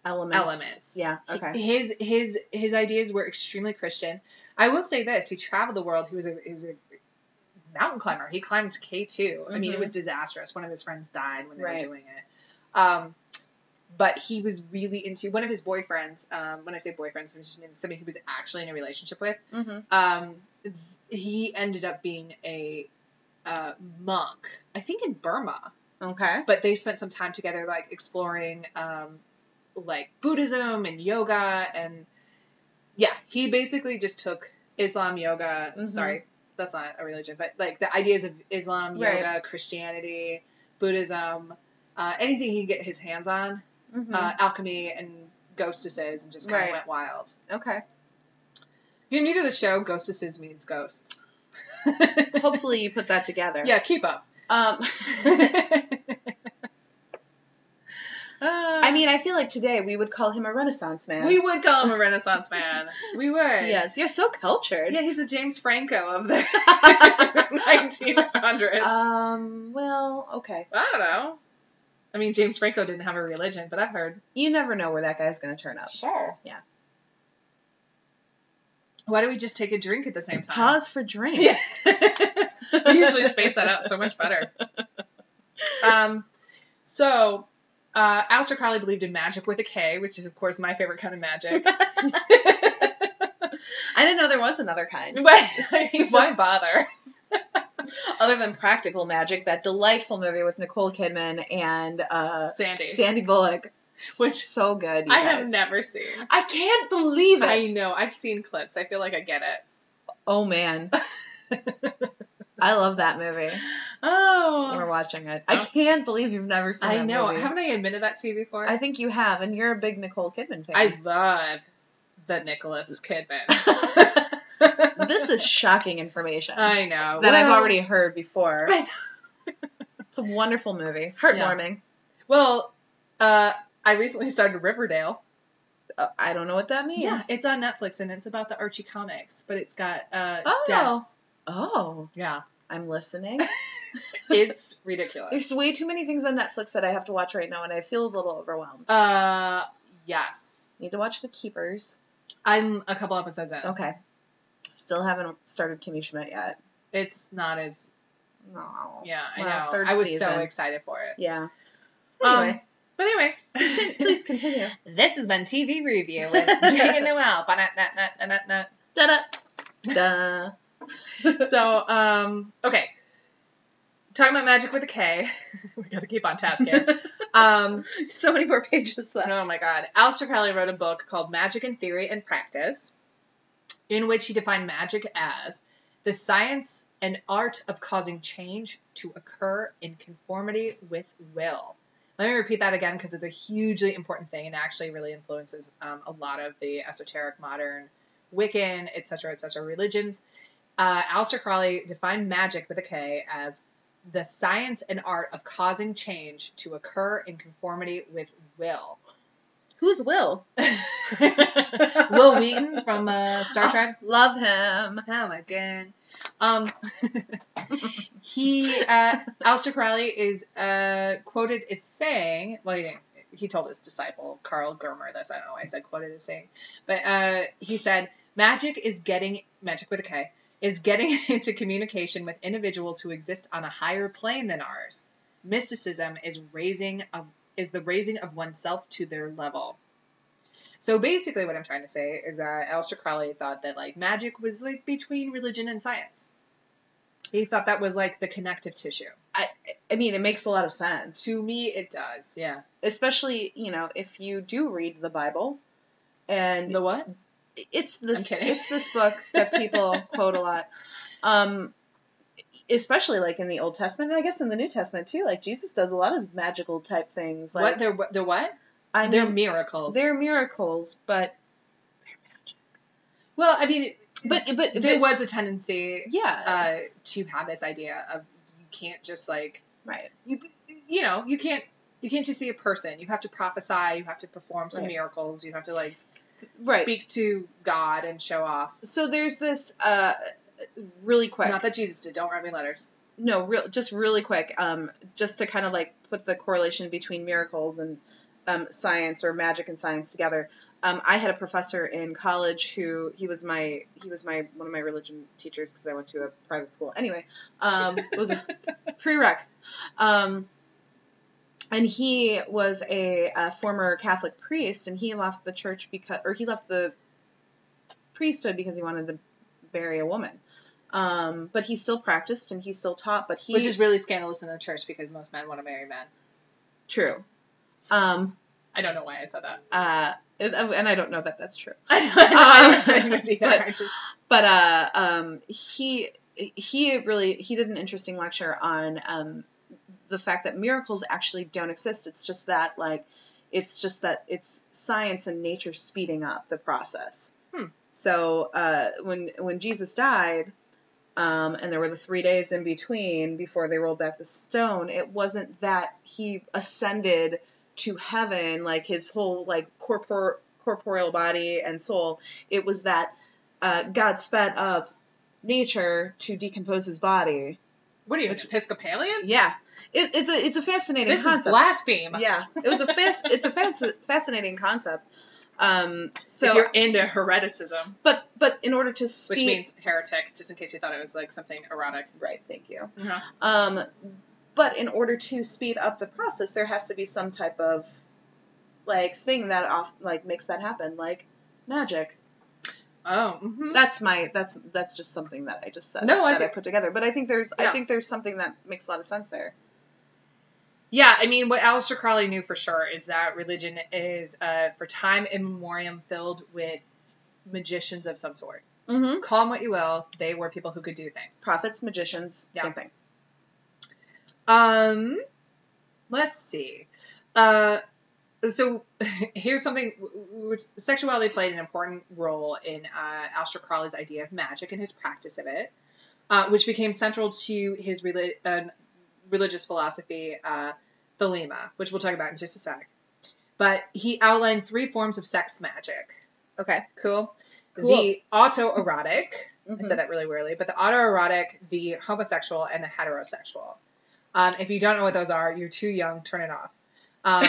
elements. Elements. Yeah. Okay. his his his ideas were extremely Christian. I will say this: he traveled the world. He was a he was a mountain climber. He climbed K 2 I mean, it Mhm. was disastrous. One of his friends died when they Right. were doing it. Um, but he was really into one of his boyfriends. Um, when I say boyfriends, I mean somebody he was actually in a relationship with. mm-hmm. Um, it's- he ended up being a uh, monk, I think in Burma Okay. but they spent some time together like exploring um like buddhism and yoga and yeah he basically just took islam yoga Mhm. sorry that's not a religion but like the ideas of islam Right. yoga christianity buddhism uh, anything he could get his hands on Mm-hmm. uh, alchemy and ghostesses and just kind Right. of went wild okay. if you're new to the show ghostesses means ghosts Hopefully you put that together. yeah keep up Um, I I mean, I feel like today we would call him a Renaissance man. Uh, We would call him a Renaissance man. We would. Yes, you're so cultured. Yeah, he's the James Franco of the 1900s. Um. Well. Okay. I don't know. I mean, James Franco didn't have a religion, but I've heard. You never know where that guy's gonna turn up. Sure. Yeah. Why don't we just take a drink at the same time? Pause for drink. Yeah. we usually space that out so much better. Um, so, uh, Aleister Crowley believed in magic with a K, which is, of course, my favorite kind of magic. I didn't know there was another kind, Why- I mean, why bother? Mm-hmm. other than Practical Magic, that delightful movie with Nicole Kidman and uh, Sandy. Sandy Bullock, Which- so good. You I guys. have never seen. I can't believe it. I know. I've seen clips. I feel like I get it. Oh man, I love that movie. We're Oh. watching it. I can't believe you've never seen. I that know. movie. Haven't I admitted that to you before? I think you have, and you're a big Nicole Kidman fan. I love the Nicholas Kidman. I... this is shocking information I know. that I've Well- already heard before. I know. it's a wonderful movie, heartwarming. Well, uh, I recently started Riverdale. Uh, I don't know what that means. It's on Netflix and it's about the Archie comics, but it's got uh, Oh, death. oh, Yeah. I'm listening. It's ridiculous. There's way too many things on Netflix that I have to watch right now, and I feel a little overwhelmed. Uh, yes. Need to watch The Keepers. I'm a couple episodes in. Okay. Still haven't started Kimmy Schmidt yet. It's not as. No. Yeah, I Wow, know. third I was so season. excited for it. Yeah. Um, Anyway, But anyway, contin- please continue. This has been TV Review with Jay and Noel. Ba-na-na-na-na-na-na. Da da. Da. So, um, okay. talking about magic with a K. we got to keep on task here. Um, so many more pages left. oh my God. Alistair Crowley wrote a book called Magic in Theory and Practice, in which he defined magic as the science and art of causing change to occur in conformity with will. Let me repeat that again because it's a hugely important thing and actually really influences um, a lot of the esoteric, modern, Wiccan, etc., cetera, etc., cetera, religions. Uh, Alistair Crowley defined magic with a K as the science and art of causing change to occur in conformity with will. Who's Will? will Wheaton from uh, Oh, Star Trek. Love him. Oh my god. Um, he, uh, Alistair Crowley is uh, quoted as saying, well, he, didn't- he told his disciple Carl Germer this. I don't know why I said quoted as saying, but uh, he said, "Magic is getting magic with a K is getting into communication with individuals who exist on a higher plane than ours. Mysticism is raising of is the raising of oneself to their level." So basically, what I'm trying to say is that Aleister Crowley thought that like magic was like between religion and science. He thought that was like the connective tissue. I mean, it makes a lot of sense, To me, it does. Yeah. especially you know if you do read the Bible, and The what? it's this I'm kidding. it's this book that people quote a lot. Um, especially like in the Old Testament, and I guess in the New Testament too. Like Jesus does a lot of magical type things. Like what? They're what? They're what? I mean, they're miracles. they're miracles, but well, I mean, but but, but there was a tendency yeah, uh, to have this idea of you can't just like right. you you know you can't you can't just be a person. You have to prophesy. You have to perform some Right. miracles. You have to like Right. speak to God and show off. So there's this uh really quick Not that Jesus did. Don't write me letters. no, real just really quick, um, just to kind of like put the correlation between miracles and um, science or magic and science together. Um, I had a professor in college who he was my he was my one of my religion teachers because I went to a private school. Anyway, um, was a prereq, um, and he was a, a former Catholic priest, and he left the church because or he left the priesthood because he wanted to bury a woman. Um, but he still practiced and he still taught, but he Which is really scandalous in the church because most men want to marry men. true. Um, I don't know why I said that. uh, and and I don't know that that's true. I don't know why I Um, said that either. but- I just- but uh, um, he he really he did an interesting lecture on um, the fact that miracles actually don't exist. It's just that like it's just that it's science and nature speeding up the process. Hmm. So uh, when when Jesus died. Um, and there were the three days in between before they rolled back the stone. It wasn't that he ascended to heaven, like his whole like corpor- corporeal body and soul. It was that uh, God sped up nature to decompose his body. what are you, an Episcopalian? Yeah, it, it's a it's a fascinating This is concept. blaspheme. Yeah, it was a fas- it's a fas- fascinating concept. Um, if so, you're into hereticism, but but in order to speed, which means heretic, just in case you thought it was like something erotic. right? Thank you. Uh-huh. Um, but in order to speed up the process, there has to be some type of like thing that off like makes that happen, like magic. Oh, mhm. that's my that's that's just something that I just said No, I that I think- put together. But I think there's I Yeah. think there's something that makes a lot of sense there. yeah. I mean, what Aleister Crowley knew for sure is that religion is, uh, for time immemorium, filled with magicians of some sort. Mm-hmm. Call them what you will, they were people who could do things. prophets, magicians, Yeah. same thing. Um, let's see. Uh, so here's something which sexuality played an important role in uh, Aleister Crowley's idea of magic and his practice of it, uh, which became central to his reli- uh, religious philosophy, uh, Thelema, which we'll talk about in just a sec. But he outlined three forms of sex magic. Okay. Cool. Cool. The autoerotic. I Mhm. said that really weirdly, but the autoerotic, the homosexual, and the heterosexual. Um, if you don't know what those are, you're too young. Turn it off. Um,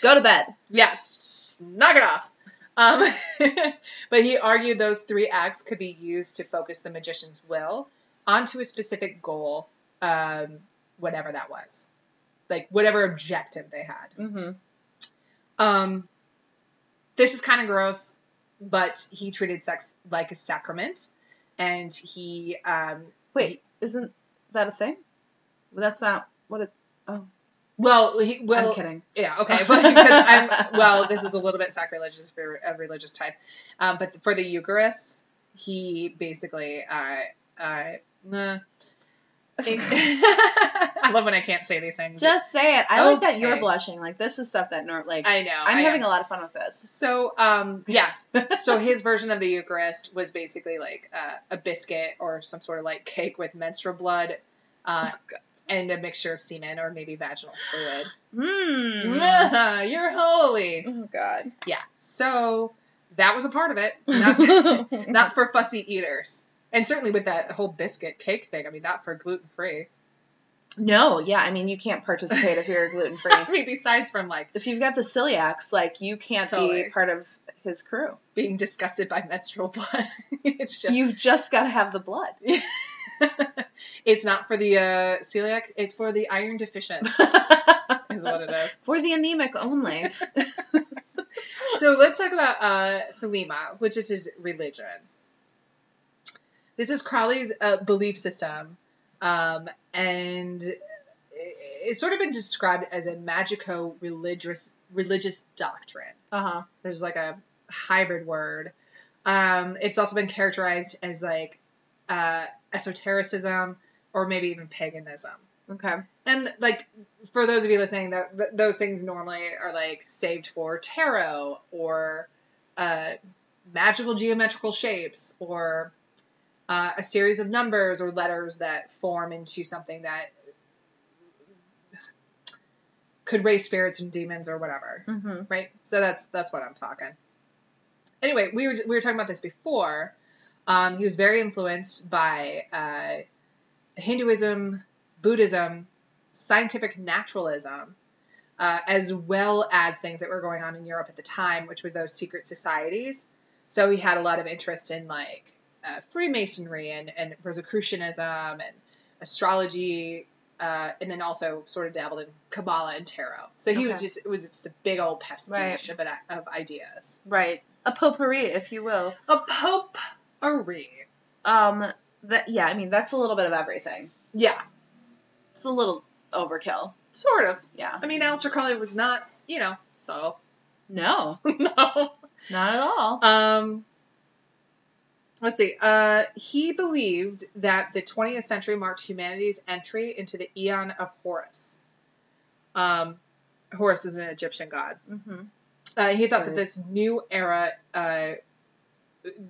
Go to bed. yes, knock it off. Um, but he argued those three acts could be used to focus the magician's will onto a specific goal, um, whatever that was, like whatever objective they had. Mm-hmm. Um, this is kind of gross, but he treated sex like a sacrament, and he um, Wait, isn't that a thing? That's not what it. Oh, Well, he, well, I'm kidding. yeah, okay. Well, because I'm, well, this is a little bit sacrilegious for a religious type, um, but for the Eucharist, he basically, uh, uh, nah. I love when I can't say these things. Just say it. I like that you're Okay. blushing. Like this is stuff that nor like. I, I know. am I am. having a lot of fun with this. So, um, yeah. So his version of the Eucharist was basically like uh, a biscuit or some sort of like cake with menstrual blood, uh, and a mixture of semen or maybe vaginal fluid. Hmm. Mm. Yeah, you're holy. Oh God. Yeah. So that was a part of it. Not, not for fussy eaters, and certainly with that whole biscuit cake thing. I mean, not for gluten free. no, yeah. I mean, you can't participate if you're gluten free. I mean, besides from like if you've got the celiacs, like you can't Totally. be part of his crew. being disgusted by menstrual blood, it's just You've just got to have the blood. it's not for the uh, celiac. It's for the iron deficient. is what it is. For the anemic only. So let's talk about uh, Thelema, which is his religion. This is Crowley's uh, belief system, um, and it- it's sort of been described as a magico religious religious doctrine. Uh huh. There's like a hybrid word. Um, it's also been characterized as like uh, esotericism or maybe even paganism. Okay. And like for those of you listening, that th- those things normally are like saved for tarot or uh, magical geometrical shapes or uh, a series of numbers or letters that form into something that could raise spirits and demons or whatever, Mm-hmm. right? So that's that's what I'm talking. Anyway, we were we were talking about this before. Um, he was very influenced by uh, Hinduism, Buddhism, scientific naturalism, uh, as well as things that were going on in Europe at the time, which were those secret societies. So he had a lot of interest in like uh, Freemasonry and, and Rosicrucianism and astrology, uh, and then also sort of dabbled in Kabbalah and tarot. So he was Okay. just it was just a big old pastiche Right. of, an- of ideas. Right. A potpourri, if you will. A potpourri. Um. That yeah. I mean, that's a little bit of everything. Yeah, It's a little overkill. sort of. Yeah. I mean, Aleister Crowley was not, you know, subtle. No, no. not at all. Um, let's see. Uh, he believed that the 20th century marked humanity's entry into the eon of Horus. Um, Horus is an Egyptian god. Mm-hmm. Uh, he thought that Right. this new era, uh,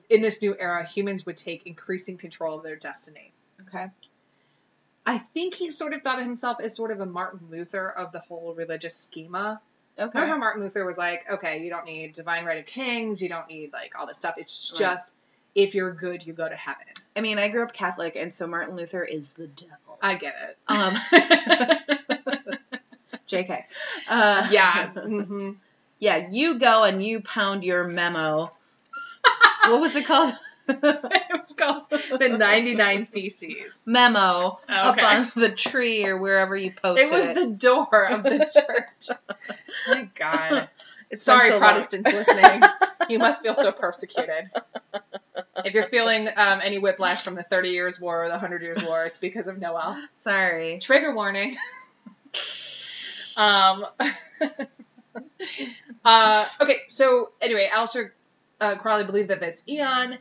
in this new era, humans would take increasing control of their destiny. Okay. I think he sort of thought of himself as sort of a Martin Luther of the whole religious schema. Okay. Remember how Martin Luther was like, okay, you don't need divine right of kings, you don't need like all this stuff. It's Right. just if you're good, you go to heaven. I mean, I grew up Catholic, and so Martin Luther is the devil. I get it. Um, Jk. Uh, yeah. hmm Yeah. You go and you pound your memo. what was it called? It was called the 99 Theses. memo Okay. up on the tree or wherever you posted It it. was the door of the church. My God. It's been Sorry, so long. Protestants listening. You must feel so persecuted. If you're feeling um, any whiplash from the 30 Years' War or the 100 Years' War, it's because of Noel. Sorry. Trigger warning. um. uh, okay, so anyway, Alistair uh, Crowley believed that this eon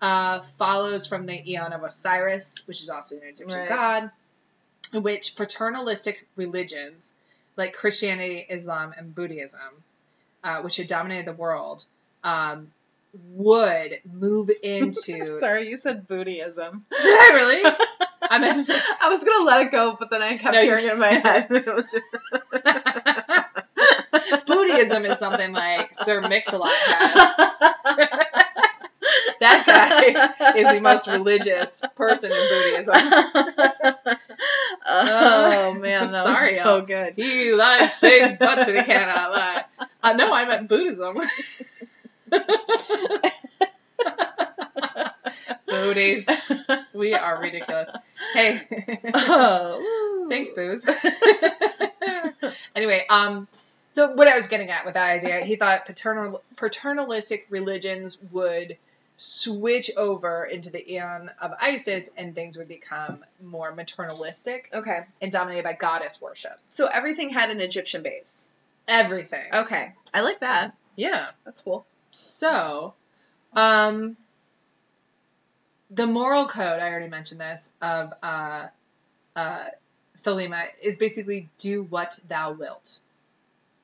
uh, follows from the eon of Osiris, which is also an Egyptian Right. god, in which paternalistic religions like Christianity, Islam, and Buddhism, uh, which had dominated the world, um, would move into. Sorry, you said bootyism. Did I really? I messed up. I was gonna let it go, but then I kept No, you- hearing it in my head. It was just- Buddhism is something like Sir Mix-a-Lot has. That guy is the most religious person in Buddhism. oh man, that Sorry, was so y'all. good. He likes big butts and he cannot lie. Uh, no, I meant Buddhism. Booties. We are ridiculous. Hey. Oh, Thanks, booze. anyway, um, so what I was getting at with that idea, he thought paternal paternalistic religions would switch over into the eon of Isis and things would become more maternalistic Okay. and dominated by goddess worship. So everything had an Egyptian base. Everything. Okay. I like that. Yeah. That's cool. So, um, the moral code, I already mentioned this, of uh, uh, Thelema is basically do what thou wilt.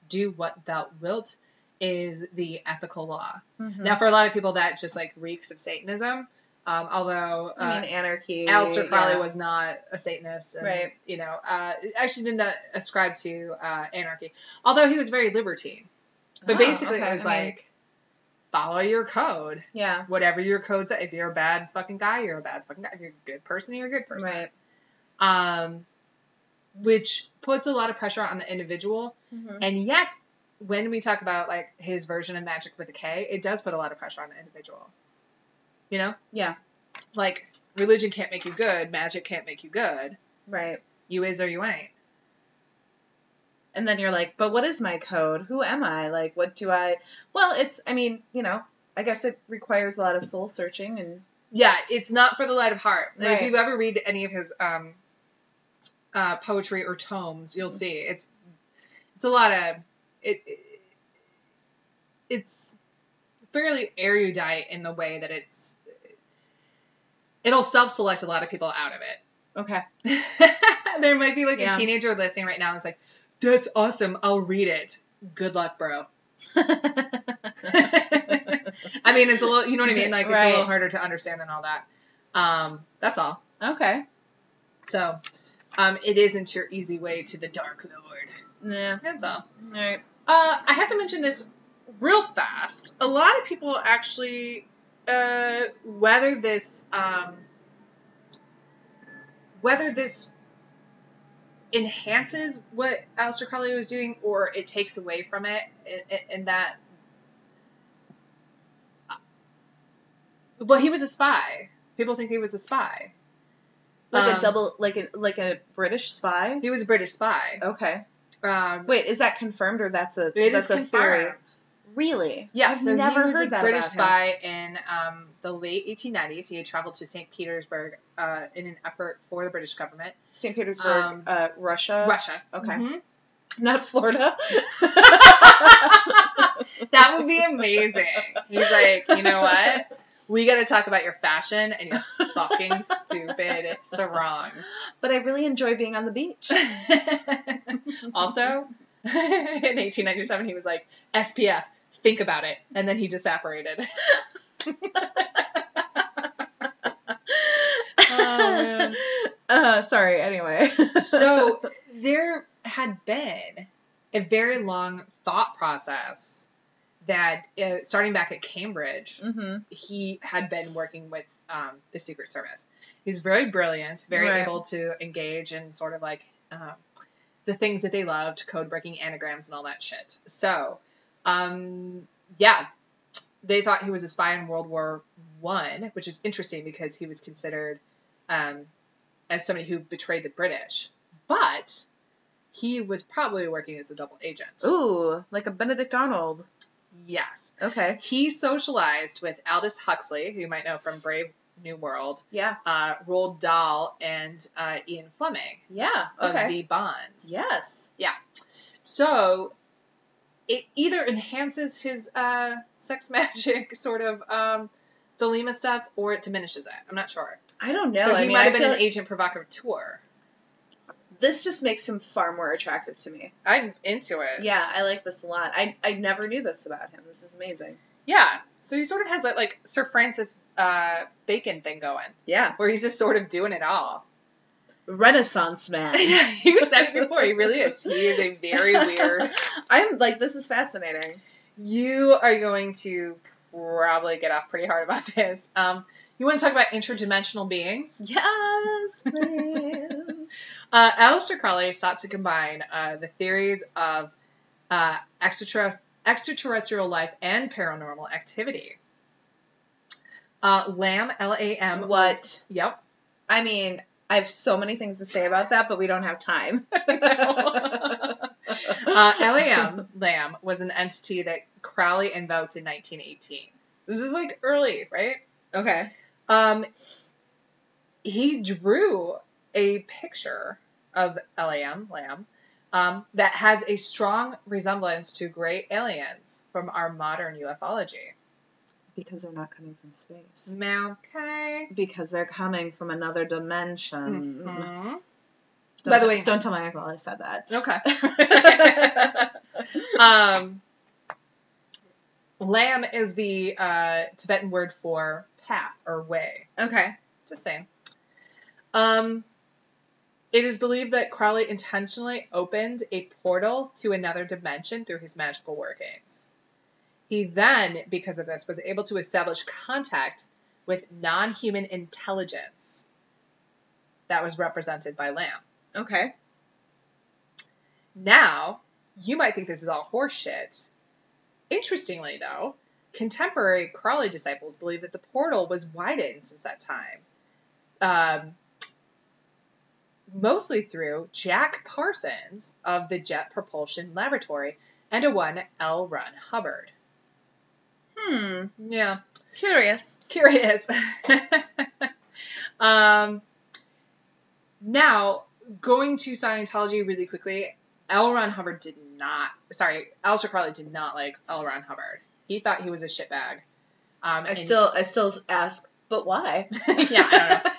Do what thou wilt is the ethical law. Mm-hmm. Hmm. Now, for a lot of people, that just like reeks of Satanism. Um, although I uh, mean, anarchy. Alistair Crowley yeah. was not a Satanist, and, Right. You know, uh, actually did not ascribe to uh, anarchy, although he was very libertine. But Oh, basically, okay. it was I mean, like follow your code, yeah, whatever your code says. If you're a bad fucking guy, you're a bad fucking guy. If you're a good person, you're a good person. right. Um, which puts a lot of pressure on the individual, Mhm. and yet. When we talk about like his version of magic with a K, it does put a lot of pressure on the individual. You know, Yeah, like religion can't make you good, magic can't make you good. right. You is or you ain't. And then you're like, but what is my code? Who am I? Like, what do I? Well, it's. I mean, you know, I guess it requires a lot of soul searching and. Yeah, it's not for the light of heart. Like, Right. If you ever read any of his um, uh, poetry or tomes, you'll see it's it's a lot of it. it- It's fairly erudite in the way that it's it'll self-select a lot of people out of it. Okay. there might be like Yeah. a teenager listening right now and it's like, that's awesome. I'll read it. Good luck, bro. I mean, it's a little, you know what I mean? Like, it's a Right. little harder to understand than all that. Um, that's all. okay. So, um, it isn't your easy way to the Dark Lord. Yeah. That's all. All right. Uh, I have to mention this real fast. A lot of people actually uh, whether this um, whether this enhances what Aleister Crowley was doing or it takes away from it, and, and that well, he was a spy. People think he was a spy. Like a Um, double, like a like a British spy. He was a British spy. Okay. Um, Wait, is that confirmed or that's a it that's is a confirmed. theory? Really? Yeah, I've so never he was heard a that British about spy him. in um, the late 1890s. He had traveled to St. Petersburg uh, in an effort for the British government. St. Petersburg, Um, uh, Russia. Russia. okay. Mhm. Not Florida. That would be amazing. He's like, you know what? We got to talk about your fashion and your fucking stupid sarongs. But I really enjoy being on the beach. also, in 1897, he was like, SPF, think about it. And then he just separated. Oh, man. Uh, sorry, anyway. so there had been a very long thought process that uh, starting back at Cambridge, hmm he had been working with um, the Secret Service. He's very brilliant, very Right. able to engage in sort of like um, the things that they loved, code breaking anagrams and all that shit. So, um, yeah, they thought he was a spy in World War One, which is interesting because he was considered um, as somebody who betrayed the British, but he was probably working as a double agent. Ooh, like a Benedict Arnold. Yes. Okay. He socialized with Aldous Huxley, who you might know from Brave New World, Yeah. uh, Roald Dahl, and uh, Ian Fleming Yeah. of Okay. the Bonds. yes. So it either enhances his uh, sex magic sort of um, Thelema stuff or it diminishes it. I'm not sure. I don't know. so I he mean, might I have been feel an agent provocateur. this just makes him far more attractive to me. I'm into it. Yeah, I like this a lot. I, I never knew this about him. This is amazing. Yeah. So he sort of has that like Sir Francis uh, Bacon thing going, Yeah. where he's just sort of doing it all. Renaissance man. you said it before. He really is. He is a very weird. I'm like, this is fascinating. You are going to probably get off pretty hard about this. Um, you want to talk about interdimensional beings? Yes, please. Uh, Aleister Crowley sought to combine uh, the theories of uh, extraterre- extraterrestrial life and paranormal activity. Uh, Lamb, L A M. was- What? Yep. I mean, I have so many things to say about that, but we don't have time. Uh, LAM, Lamb, was an entity that Crowley invoked in 1918. This is like early, right? Okay. Um, he drew a picture of LAM, Lamb, um, that has a strong resemblance to gray aliens from our modern ufology. Because they're not coming from space. Okay. Because they're coming from another dimension. Mhm. Don't By the t- way- don't tell my uncle I said that. Okay. um, Lam is the uh, Tibetan word for path or way. okay. Just saying. Um, it is believed that Crowley intentionally opened a portal to another dimension through his magical workings. He then, because of this, was able to establish contact with non human intelligence that was represented by Lamb. Okay. Now, you might think this is all horseshit. Interestingly, though, contemporary Crowley disciples believe that the portal was widened since that time, um, mostly through Jack Parsons of the Jet Propulsion Laboratory and a one L. Ron Hubbard. Hmm. Yeah, Curious. curious. um, now, going to Scientology really quickly, L. Ron Hubbard did not, sorry, Alistair Crowley did not like L. Ron Hubbard. He thought he was a shitbag. Um, I and- still I still ask, but why? yeah, I don't know.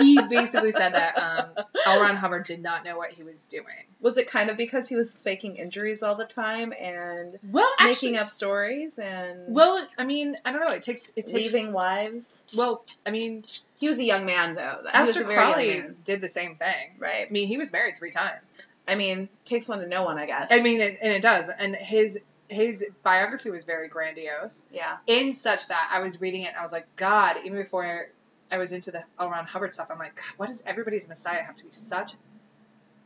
He basically said that um, L. Ron Hubbard did not know what he was doing. Was it kind of because he was faking injuries all the time and Well, making up stories and well, I mean, I don't know. It takes, it takes, leaving wives? well, I mean, He was a young man though. He was Alistair a very young Crowley man. did the same thing. I Right. mean, he was married three times. I mean, takes one to know one, I guess. I mean, it, and it does. And his his biography was very grandiose, yeah. in such that I was reading it and I was like, God, even before I was into the L. Ron Hubbard stuff, I'm like, God, what does everybody's Messiah have to be such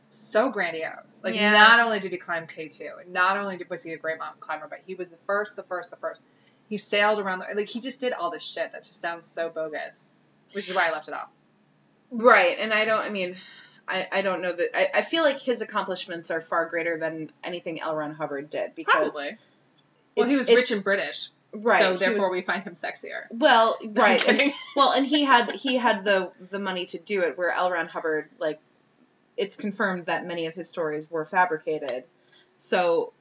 so grandiose? Like, Yeah. not only did he climb K two, not only did, was he a great mountain climber, but he was the first, the first, the first. He sailed around the like he just did all this shit that just sounds so bogus, which is why I left it off. Right, and I don't. I mean, I, I don't know that. I, I feel like his accomplishments are far greater than anything L. Ron Hubbard did because Well, he it's- was it's- rich and British, Right. so he therefore was- we find him sexier. Well, I'm right. and- kidding. well, and he had he had the the money to do it. Where L. Ron Hubbard, like, it's confirmed that many of his stories were fabricated. So,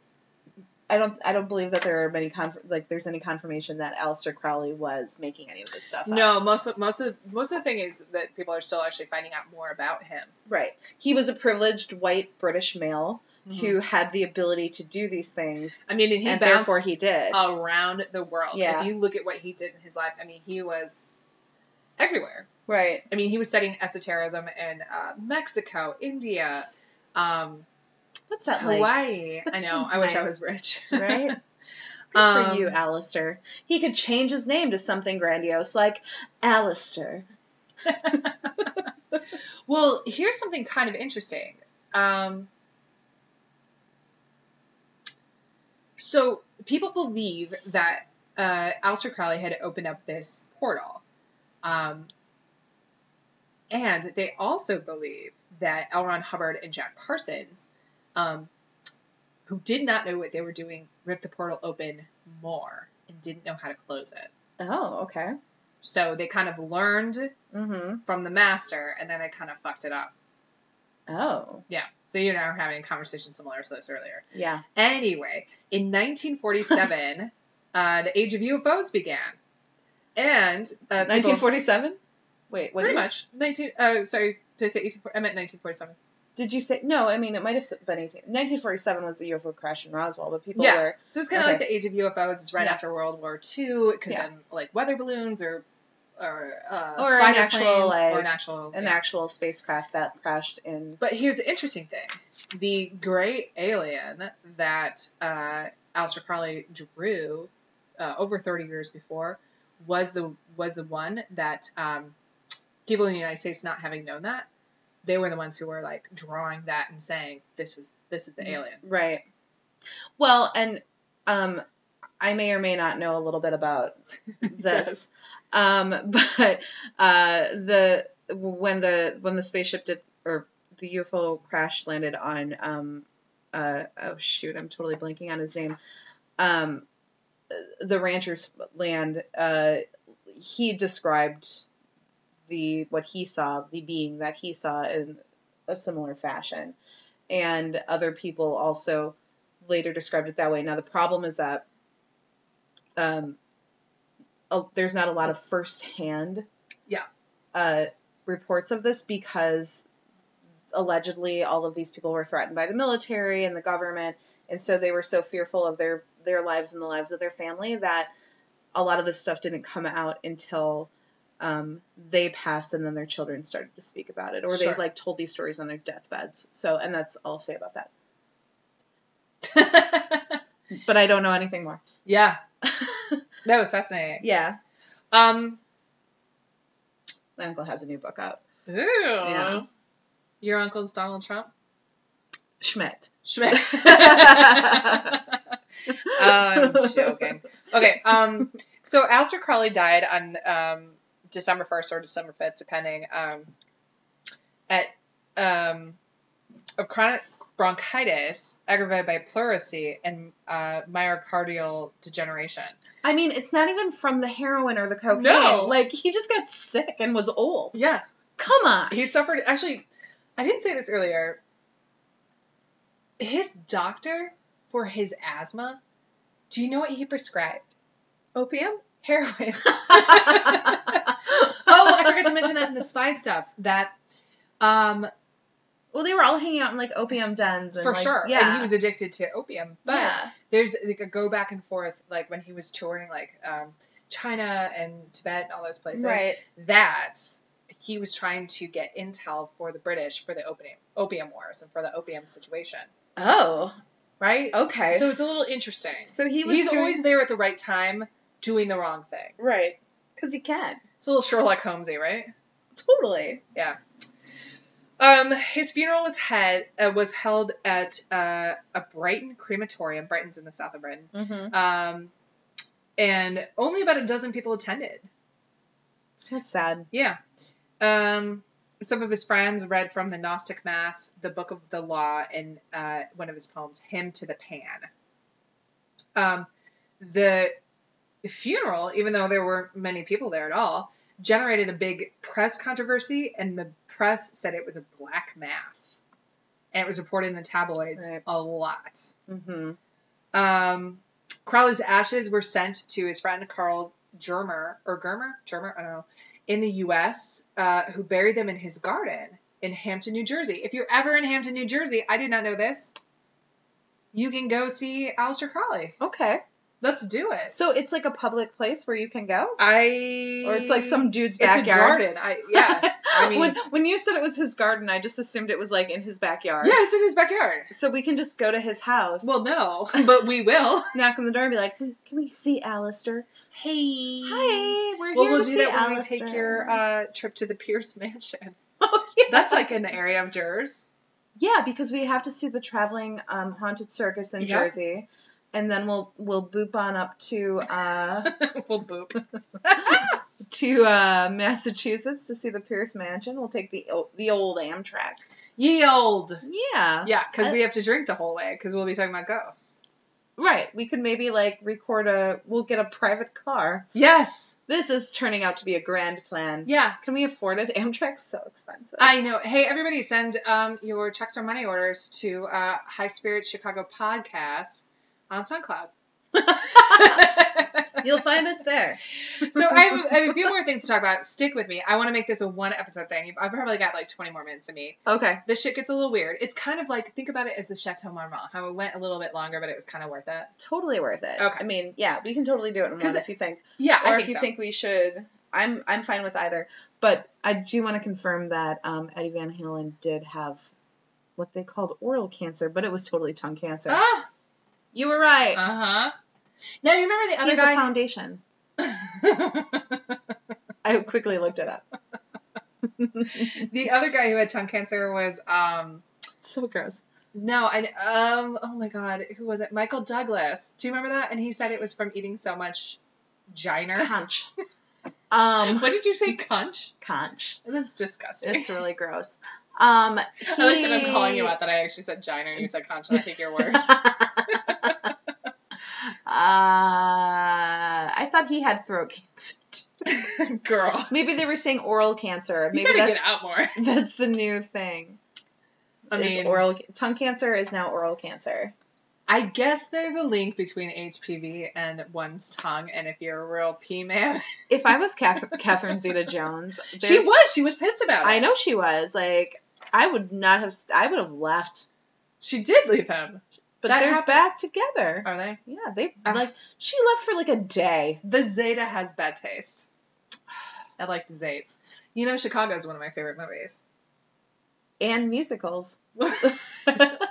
I don't I don't believe that there are many conf- like there's any confirmation that Aleister Crowley was making any of this stuff. up. No, most of, most of most of the thing is that people are still actually finding out more about him. Right. He was a privileged white British male who had the ability to do these things, I mean, and he and bounced therefore Mm-hmm. he did. around the world. Yeah. If you look at what he did in his life, I mean, he was everywhere. right. I mean, he was studying esotericism in uh, Mexico, India, um, What's that like? Hawaii. I know. sounds I wish I nice. was rich. Right? Good Um, for you, Alistair. He could change his name to something grandiose like Alistair. Well, here's something kind of interesting. Um, so people believe that uh, Aleister Crowley had opened up this portal, um, and they also believe that L. Ron Hubbard and Jack Parsons, um, who did not know what they were doing, ripped the portal open more and didn't know how to close it. Oh, okay. So they kind of learned Mm-hmm. from the master, and then they kind of fucked it up. Oh. So you and I were having a conversation similar to this earlier. Yeah. Anyway, in 1947, uh, the age of UFOs began, and uh, people- 1947? Wait, what pretty year? much 19. Uh, sorry, did I say 18, I meant 1947. Did you say? No, I mean, it might have been 18. 1947 was the UFO crash in Roswell, but people Yeah. were. So it's kind of Okay. like the age of UFOs. It's right Yeah. after World War II. It could Yeah. have been like weather balloons or or uh, Or an fighter actual, planes, like, or an actual. An yeah. actual spacecraft that crashed in. But here's the interesting thing: the gray alien that uh, Aleister Crowley drew uh, over 30 years before was the was the one that um, people in the United States, not having known that, they were the ones who were like drawing that and saying this is this is the alien. Right. Well, and um, I may or may not know a little bit about this. Um, but uh, the when the when the spaceship did or the UFO crash landed on um, uh, oh shoot, I'm totally blanking on his name. Um, the rancher's land, uh, he described the what he saw, the being that he saw in a similar fashion, and other people also later described it that way. Now the problem is that um, a, there's not a lot of firsthand Yeah. uh, reports of this because allegedly all of these people were threatened by the military and the government, and so they were so fearful of their their lives and the lives of their family that a lot of this stuff didn't come out until um, they passed and then their children started to speak about it or they Sure. like told these stories on their deathbeds so and that's all i'll say about that but i don't know anything more yeah. No, it's fascinating. yeah Um, my uncle has a new book out ooh. Yeah. Your uncle's Donald Trump? schmidt Schmidt. I'm joking. Um, Okay. Um, so Aleister Crowley died on um, December 1st or December 5th, depending, um, at um, of chronic bronchitis aggravated by pleurisy and uh, myocardial degeneration. i mean it's not even from the heroin or the cocaine No. like he just got sick and was old Yeah, come on he suffered. Actually, I didn't say this earlier. His doctor for his asthma. Do you know what he prescribed? opium Heroin. oh oh, I forgot to mention that in the spy stuff that um well they were all hanging out in like opium dens and for like, sure. yeah And he was addicted to opium. But yeah. there's like a go back and forth like when he was touring like um China and Tibet and all those places right that he was trying to get intel for the British for the opium opium wars and for the opium situation. oh Right? okay So it's a little interesting. So he He's always there at the right time doing the wrong thing. right because he can It's a little Sherlock Holmesy, right? totally. Um, his funeral was had uh, was held at uh, a Brighton crematorium. Brighton's in the south of Britain, Mm-hmm. um, and only about a dozen people attended. That's sad. Yeah, um, some of his friends read from the Gnostic Mass, the Book of the Law, and uh, one of his poems, "Hymn to the Pan." Um, the funeral, even though there weren't many people there at all, generated a big press controversy, and the press said it was a black mass. And it was reported in the tabloids Right. a lot. Mm-hmm. Um, Crowley's ashes were sent to his friend Carl Germer, or Germer? Germer? I don't know. In the U.S., uh, who buried them in his garden in Hampton, New Jersey. If you're ever in Hampton, New Jersey, I did not know this. You can go see Aleister Crowley. Okay. Let's do it. So it's like a public place where you can go, I or it's like some dude's it's a backyard. garden. I yeah I mean- when when you said it was his garden, I just assumed it was like in his backyard. yeah it's in his backyard. So we can just go to his house. Well no, but we will. knock on the door and be like, "Can we see Alistair? Hey. Hi. We're Well here we'll to do see that when Alistair. we take your uh, trip to the Pierce Mansion. oh, yeah. That's like in the area of Jersey. Yeah, because we have to see the traveling um, haunted circus in Yeah. Jersey, and then we'll we'll boop on up to uh, we'll boop. to uh, Massachusetts to see the Pierce Mansion. We'll take the o- the old Amtrak. Yield. Yeah. Yeah, because we have to drink the whole way because we'll be talking about ghosts. Right. We could maybe like record a. We'll get a private car. Yes. This is turning out to be a grand plan. Yeah. Can we afford it? Amtrak's so expensive. I know. Hey, everybody, send um, your checks or money orders to uh, High Spirits Chicago podcast on SoundCloud. You'll find us there. so I have, I have a few more things to talk about. Stick with me. I want to make this a one episode thing. I've probably got like 20 more minutes to me. Okay. This shit gets a little weird. It's kind of like think about it as the Chateau Marmont, how it went a little bit longer, but it was kind of worth it. Totally worth it. Okay. I mean, yeah, we can totally do it in 'Cause one if you think. Yeah, or I if you think we should i'm i'm fine with either but i do want to confirm that um, eddie van halen did have what they called oral cancer but it was totally tongue cancer Ah, you were right Uh huh. Now you remember the he other has guy? a foundation i quickly looked it up the other guy who had tongue cancer was um so gross no I um oh my god who was it Michael Douglas do you remember that and he said it was from eating so much giner conch um what did you say conch conch that's disgusting it's really gross I um like that I'm calling you he- out that I actually said giner and you said conch and I think you're worse Uh, I thought he had throat cancer. Too. Girl, Maybe they were saying oral cancer. you Maybe gotta that's get out more. that's the new thing. I is mean, oral tongue cancer is now oral cancer. I guess there's a link between HPV and one's tongue, and if you're a real P man, If I was Kath- Catherine Zeta-Jones, she there- was. She was pissed about it. I know she was. Like, I would not have. St- I would have left. She did leave him. But That they're happened. back together. Are they? Yeah, they Uh, like she left for like a day. The Zeta has bad taste. I like the Zates. You know, Chicago is one of my favorite movies. And musicals. All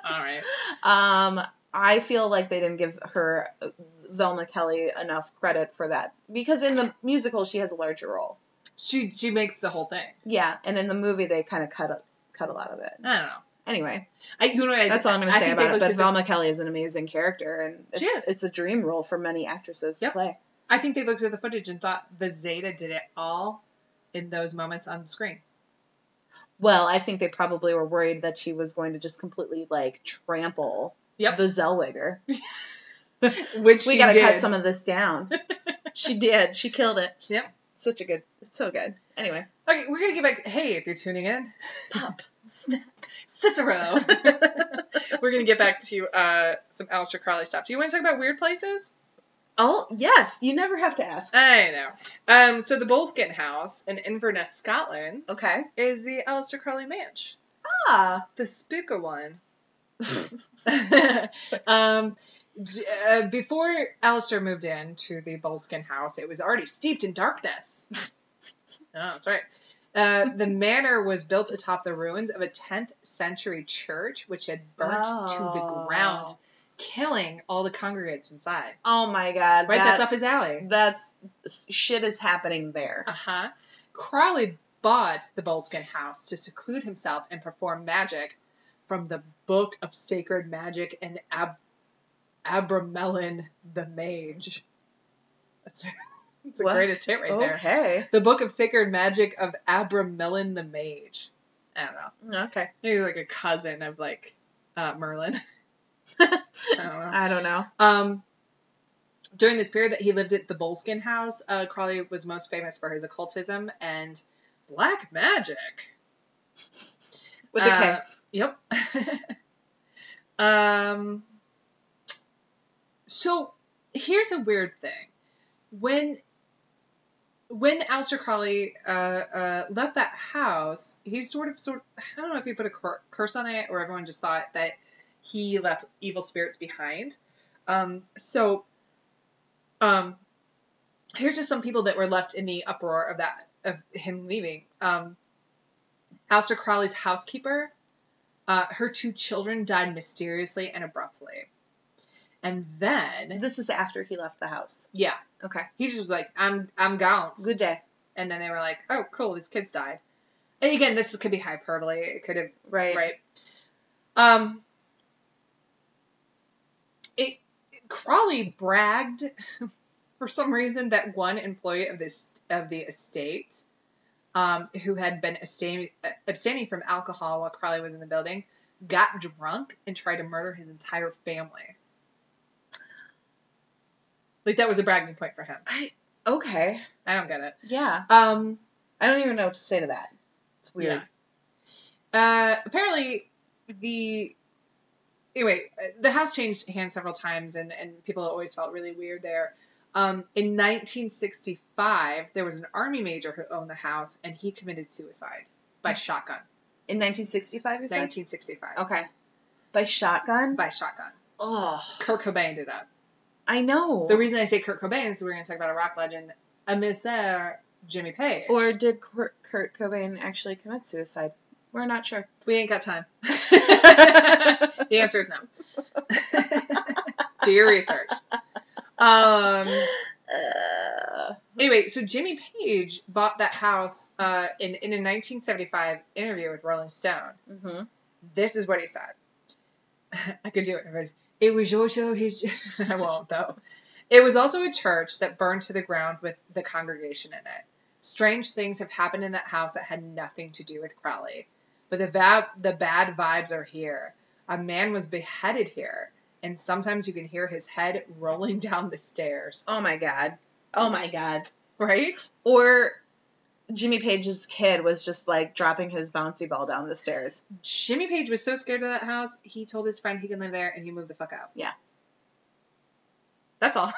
right. Um, I feel like they didn't give her uh, Velma Kelly enough credit for that because in the musical she has a larger role. She she makes the whole thing. Yeah, and in the movie they kind of cut a, cut a lot of it. I don't know. Anyway, I, you know what I, that's all I'm going to I say think they about it. looked But at the- Velma Kelly is an amazing character, and it's, She is. it's a dream role for many actresses Yep. to play. I think they looked at the footage and thought the Zeta did it all in those moments on screen. Well, I think they probably were worried that she was going to just completely like trample Yep. the Zellweger. Which we she got to did. cut some of this down. she did. She killed it. Yep. Such a good. It's so good. Anyway, Okay, we're gonna get back. Hey, if you're tuning in, pop. Snap. Cicero. we're gonna get back to uh, some Aleister Crowley stuff. Do you want to talk about weird places? Oh yes, you never have to ask. I know. Um, so the Bullskin House in Inverness, Scotland, Okay. is the Aleister Crowley Manch, Ah. the spooker one. um, d- uh, before Alistair moved in to the Bullskin house, it was already steeped in darkness. oh, that's right. Uh, the manor was built atop the ruins of a 10th century church, which had burnt to the ground, Wow. killing all the congregants inside. Oh my God. Right, that's, up his alley. That's shit is happening there. Uh huh. Crowley bought the Bullskin house to seclude himself and perform magic from the Book of Sacred Magic and Ab- Abramelin the Mage. That's, that's the What? greatest hit right there. okay. The Book of Sacred Magic of Abramelin the Mage. I don't know. Okay. He's like a cousin of like uh, Merlin. I don't know. I don't know. Um, during this period that he lived at the Bullskin House, uh, Crowley was most famous for his occultism and black magic. With a K. Uh, Yep. um, so here's a weird thing. When when Aleister Crowley uh, uh, left that house, he sort of sort I don't know if he put a cur- curse on it or everyone just thought that he left evil spirits behind. Um, so um, here's just some people that were left in the uproar of that of him leaving. Um, Aleister Crowley's housekeeper uh, her two children died mysteriously and abruptly. And then, This is after he left the house. yeah, Okay. he just was like, "I'm, I'm gone." Good day. And then they were like, "Oh, cool, these kids died." And again, this could be hyperbole. It could have, Right. right? Um, it Crawley bragged for some reason that one employee of this of the estate, um, who had been abstain, abstaining from alcohol while Crowley was in the building, got drunk and tried to murder his entire family. Like that was a bragging point for him. Okay. I don't get it. Yeah. Um, I don't even know what to say to that. It's weird. yeah. Uh, apparently, the anyway, the house changed hands several times, and and people always felt really weird there. Um, in 1965, there was an army major who owned the house, and he committed suicide by shotgun. In 1965, you said? 1965 Okay. By shotgun? by shotgun. Ugh. Kurt Cobain did that. I know. The reason I say Kurt Cobain is we're going to talk about a rock legend, a Mr. Jimmy Page. or did Kurt, Kurt Cobain actually commit suicide? We're not sure. we ain't got time. the answer is no. Do your research. Um, Uh, anyway, so Jimmy Page bought that house uh, in, in a 1975 interview with Rolling Stone. mm-hmm. This is what he said. I could do it. in reverse. It was also his. I won't though. It was also a church that burned to the ground with the congregation in it. Strange things have happened in that house that had nothing to do with Crowley. But the va- the bad vibes are here. A man was beheaded here. and sometimes you can hear his head rolling down the stairs. Oh my god. Oh my god. Right? Or Jimmy Page's kid was just like dropping his bouncy ball down the stairs. Jimmy Page was so scared of that house, he told his friend he can live there and he moved the fuck out. Yeah. That's all.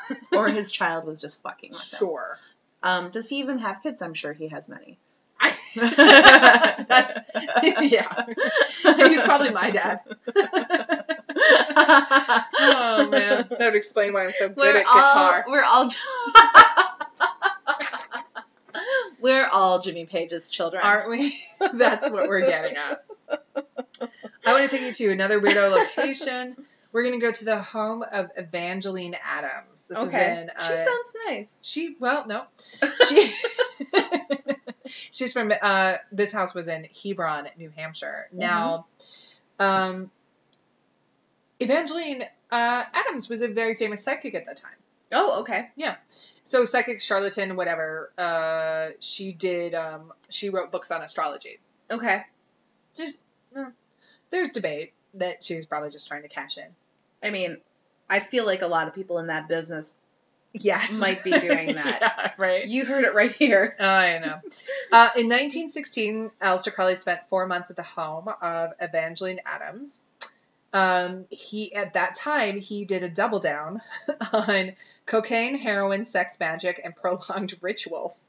Or his child was just fucking with him. sure. Um, does he even have kids? I'm sure he has many. I- That's- yeah. He's probably my dad. oh man. That would explain why I'm so good We're at all, guitar. we're all We're all Jimmy Page's children. Aren't we? That's what we're getting at. I want to take you to another weirdo location. We're going to go to the home of Evangeline Adams. This is okay. in. she uh, sounds nice. She well no, she she's from uh this house was in Hebron, New Hampshire. Mm-hmm. Now, um, Evangeline uh, Adams was a very famous psychic at that time. Oh, okay. So psychic charlatan, whatever. Uh, she did. Um, she wrote books on astrology. Okay. Just eh, there's debate that she was probably just trying to cash in. I mean, I feel like a lot of people in that business. Yes, Might be doing that. yeah, right. You heard it right here. Oh, I know. Uh, in 1916, Aleister Crowley spent four months at the home of Evangeline Adams. Um, he at that time he did a double down on cocaine, heroin, sex magic, and prolonged rituals.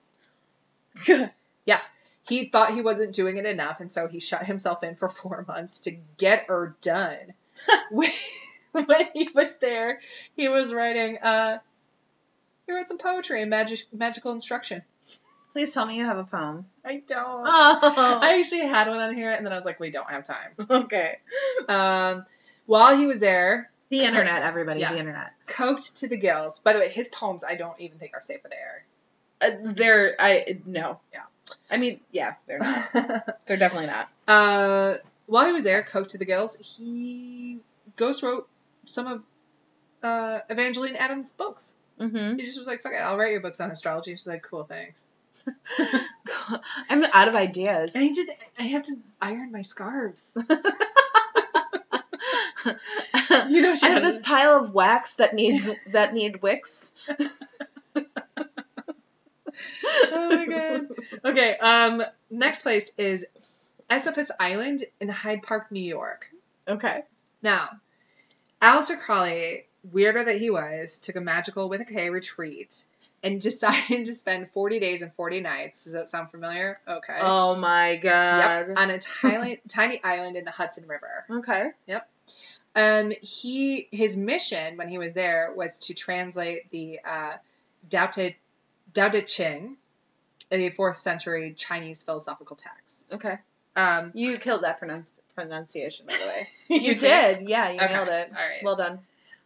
He thought he wasn't doing it enough, and so he shut himself in for four months to get her done. when, when he was there, he was writing. Uh, he wrote some poetry and magic, magical instruction. Please tell me you have a poem. I don't. Oh. I actually had one on here, and then I was like, we don't have time. okay. Um, while he was there, The internet, everybody. Yeah. The internet. coked to the gills. By the way, his poems I don't even think are safe for the air. Uh, they're I no. Yeah. I mean, yeah, they're not. They're definitely not. uh, while he was there, coked to the gills, he ghost wrote some of uh, Evangeline Adams' books. Mm-hmm. He just was like, fuck it, I'll write your books on astrology. She's like, cool, thanks. I'm out of ideas. And he just, I have to iron my scarves. I You know, she have has this pile of wax that needs that need wicks. oh my god. Okay, um, next place is Esopus Island in Hyde Park, New York. Okay. Now, Aleister Crowley, weirder that he was, took a magical with a K retreat and decided to spend 40 days and 40 nights. Does that sound familiar? Okay. Oh my Yep, god. on a tiny, tiny island in the Hudson River. Okay. Um, he his mission when he was there was to translate de uh, Dao Te Dao De Ching, a fourth century Chinese philosophical text. Okay. Um, You killed that pronounce pronunciation, by the way. You did. Yeah, you Okay. nailed it. All right. Well done.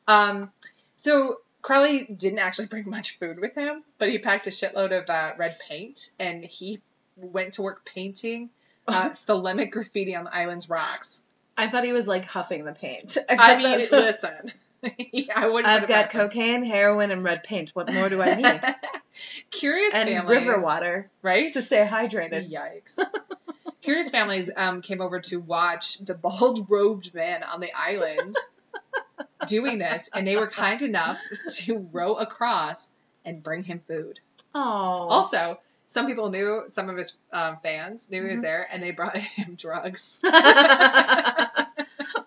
Um, so Crowley didn't actually bring much food with him, but he packed a shitload of uh, red paint and he went to work painting uh, thalamic graffiti on the island's rocks. I thought he was like huffing the paint. I thought mean, that's- listen. Yeah, I wouldn't I've put it got past him. cocaine, heroin, and red paint. What more do I need? Curious and families, river water right? to stay hydrated. Yikes. Curious families um, came over to watch the bald robed man on the island doing this, and they were kind enough to row across and bring him food. Oh. Also, some people knew, some of his um, fans knew he was Mhm. there, and they brought him drugs.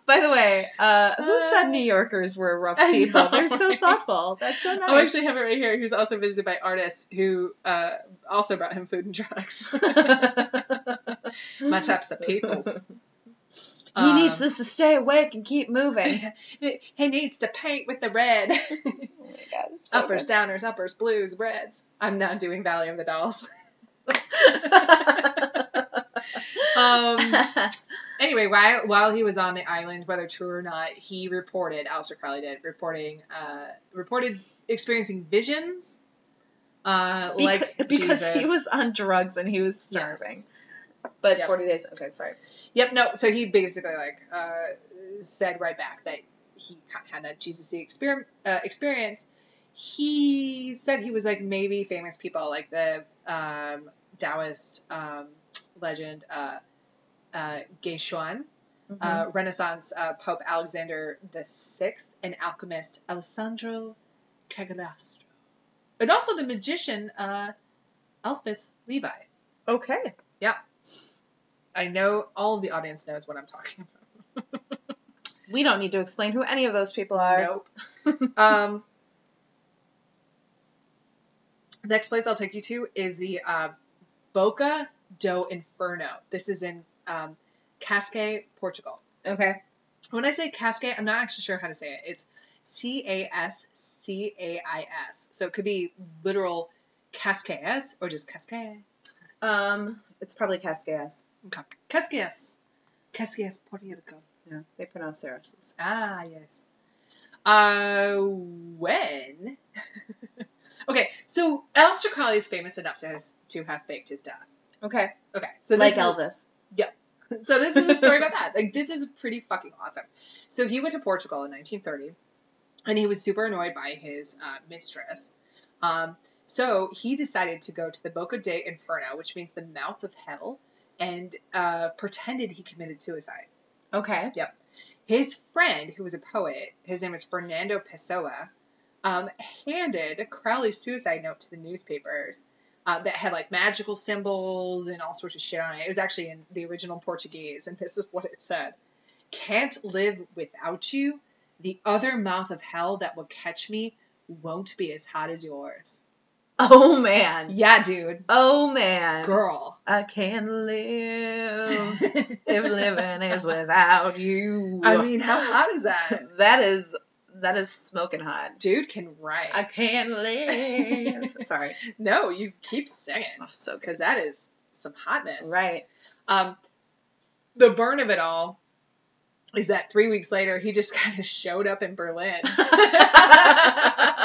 By the way, uh, who said New Yorkers were rough I people? know, They're so right? thoughtful. That's so Oh, I nice. actually have it right here. He was also visited by artists who uh, also brought him food and drugs. My types of peoples. he needs Um, us to stay awake and keep moving. He needs to paint with the red. Oh my God, it's so uppers, downers, uppers, blues, reds. I'm not doing Valley of the Dolls. um, good. anyway, while, while he was on the island, whether true or not, he reported, Alistair Crowley did, reporting, uh, reported experiencing visions. Uh, Beca- like because Jesus. he was on drugs and he was starving. Yes. But Yep. 40 days. Okay, sorry. Yep, no. So he basically like uh, said right back that he kind of had that Jesus exper- uh, experience. He said he was like maybe famous people like the um, Taoist um, legend uh, uh, Geshuan Mm-hmm. uh, Renaissance uh, Pope Alexander the Sixth and alchemist Alessandro Cagliostro, and also the magician uh, Elphus Levi. Okay. I know all of the audience knows what I'm talking We don't need to explain who any of those people about. are. Nope. um, next place I'll take you to is the uh, Boca do Inferno. This is in um, Cascais, Portugal. okay. When I say Cascais, I'm not actually sure how to say it. It's C A S C A I S. So it could be literal Cascais or just Cascais. Um, it's probably Cascais. Cascais. Cascais, Puerto Rico. Yeah, they pronounce their S's. Ah, yes. Uh, when? okay, so Aleister Crowley is famous enough to has, to have faked his death. Okay. Okay, so like this is, Elvis. so this is a story about that. Like this is pretty fucking awesome. So he went to Portugal in 1930, and he was super annoyed by his uh, mistress. Um, so he decided to go to the Boca de Inferno, which means the mouth of hell, and uh, pretended he committed suicide Okay. his friend, who was a poet, his name was Fernando Pessoa, um, handed Crowley's suicide note to the newspapers uh, that had like magical symbols and all sorts of shit on it. It was actually in the original Portuguese, and this is what it said Can't live without you. The other mouth of hell that will catch me won't be as hot as yours. Oh man. Yeah, dude. Oh man. Girl. I can't live if living is without you. I mean, how hot is that? that is that is smoking hot. Dude can write. I can't live. Sorry. No, you keep saying. Oh, so good. because that is some hotness. Right. Um, the burn of it all is that three weeks later he just kind of showed up in Berlin.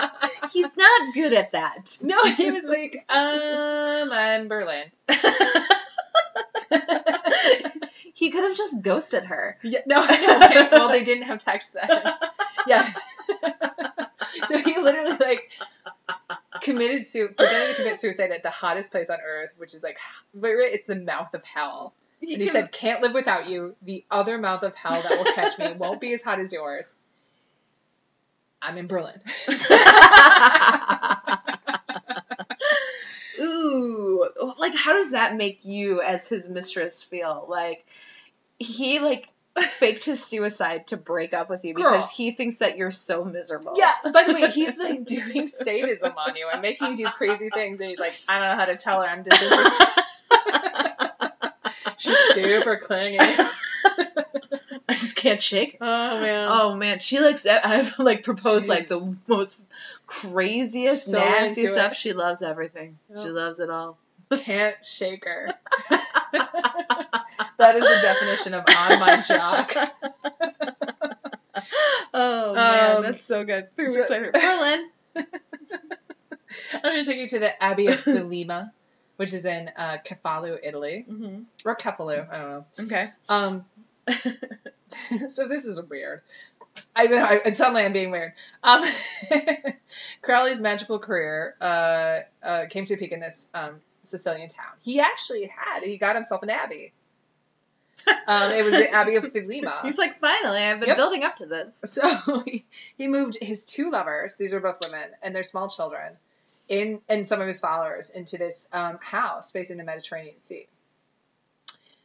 He's not good at that. no, he was like, um, I'm Berlin. he could have just ghosted her. Yeah, no, well they didn't have text then. Yeah. so he literally like committed su- pretended to commit suicide at the hottest place on earth, which is like, it's the mouth of hell. And he said, Can't live without you. The other mouth of hell that will catch me won't be as hot as yours. I'm in Berlin. Ooh, like how does that make you as his mistress feel? Like he like faked his suicide to break up with you Girl. because he thinks that you're so miserable. yeah, by the way, he's like doing sadism on you and making you do crazy things. And he's like, I don't know how to tell her I'm disinterested. She's super clingy. Oh, I just can't shake. Her. man. Oh man, she likes. I've like proposed like the Jeez. most craziest, So nasty into stuff. it. She loves everything. Yep. She loves it all. Can't shake her. that is the definition of on my jock. Oh man, Um, that's so good. Three so- weeks later, Berlin. I'm going to take you to the Abbey of Thelema, which is in uh, Cefalu, Italy. Mm-hmm. Or Cefalu, I don't know. Okay. Um, so this is weird. I know I, it sounds like I'm being weird. Um, Crowley's magical career uh, uh, came to a peak in this um, Sicilian town. He actually had he got himself an abbey. Um, it was the Abbey of Thelema. He's like, finally, I've been Yep. building up to this. So he, he moved his two lovers, these are both women, and their small children, in and some of his followers into this um, house facing the Mediterranean Sea.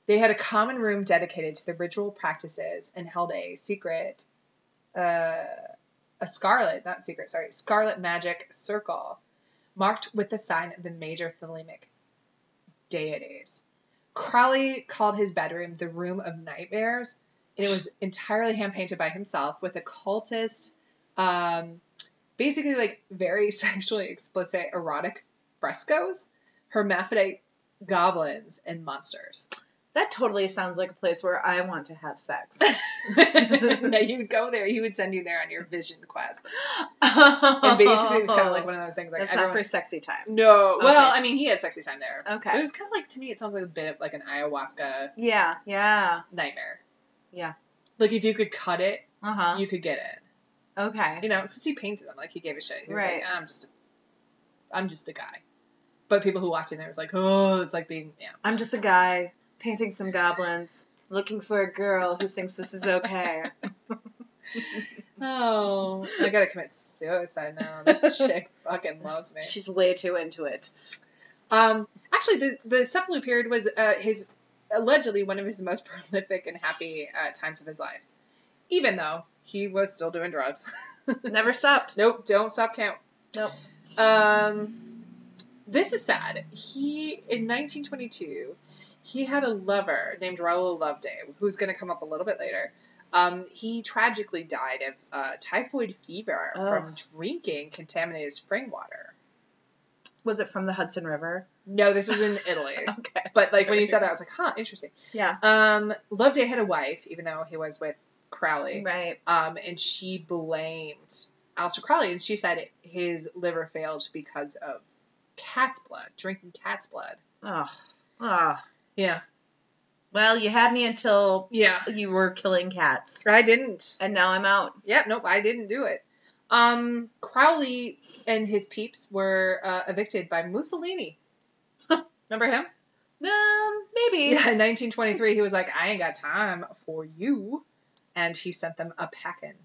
They had a common room dedicated to the ritual practices and held a secret, uh, a scarlet, not secret, sorry, scarlet magic circle marked with the sign of the major Thelemic deities. Crowley called his bedroom the Room of Nightmares, and it was entirely hand painted by himself with a cultist, um, basically like very sexually explicit erotic frescoes, hermaphrodite goblins, and monsters. That totally sounds like a place where I want to have sex. now you would go there, he would send you there on your vision quest. And and basically, it was kind of like one of those things like That's not everyone. for sexy time. no, well, Okay. I mean, he had sexy time there. It Okay. was kind of like to me, it sounds like a bit of like an ayahuasca Yeah. Yeah. nightmare. Yeah. Like if you could cut it, Uh huh. you could get it. Okay. You know, since he painted them, like he gave a shit. He was Right. like, I'm just, a, I'm just a guy. But people who walked in there was like, oh, it's like being, yeah. I'm just a guy painting some goblins. looking for a girl who thinks this is okay. Oh, I gotta commit suicide now. This chick fucking loves me. She's way too into it. Um, actually, the the Cephalo period was uh, his allegedly one of his most prolific and happy uh, times of his life, even though he was still doing drugs. Never stopped. nope, don't stop, can't. Nope. Um, this is sad. He in 1922, he had a lover named Raoul Loveday, who's going to come up a little bit later. Um, he tragically died of uh, typhoid fever from drinking contaminated spring water. Was it from the Hudson River? No, this was in Italy. Okay. But like when you said that, I was like, huh, interesting. Yeah. Um, Loveday had a wife, even though he was with Crowley. Right. Um, and she blamed Alistair Crowley, and she said his liver failed because of cat's blood, drinking cat's blood. Oh. Oh. Yeah, Well, you had me until yeah. you were killing cats. I didn't. And now I'm out. Yep, nope, I didn't do it. Um, Crowley and his peeps were uh, evicted by Mussolini. Remember him? Um, maybe. Yeah, in 1923, he was like, I ain't got time for you. And he sent them a packing.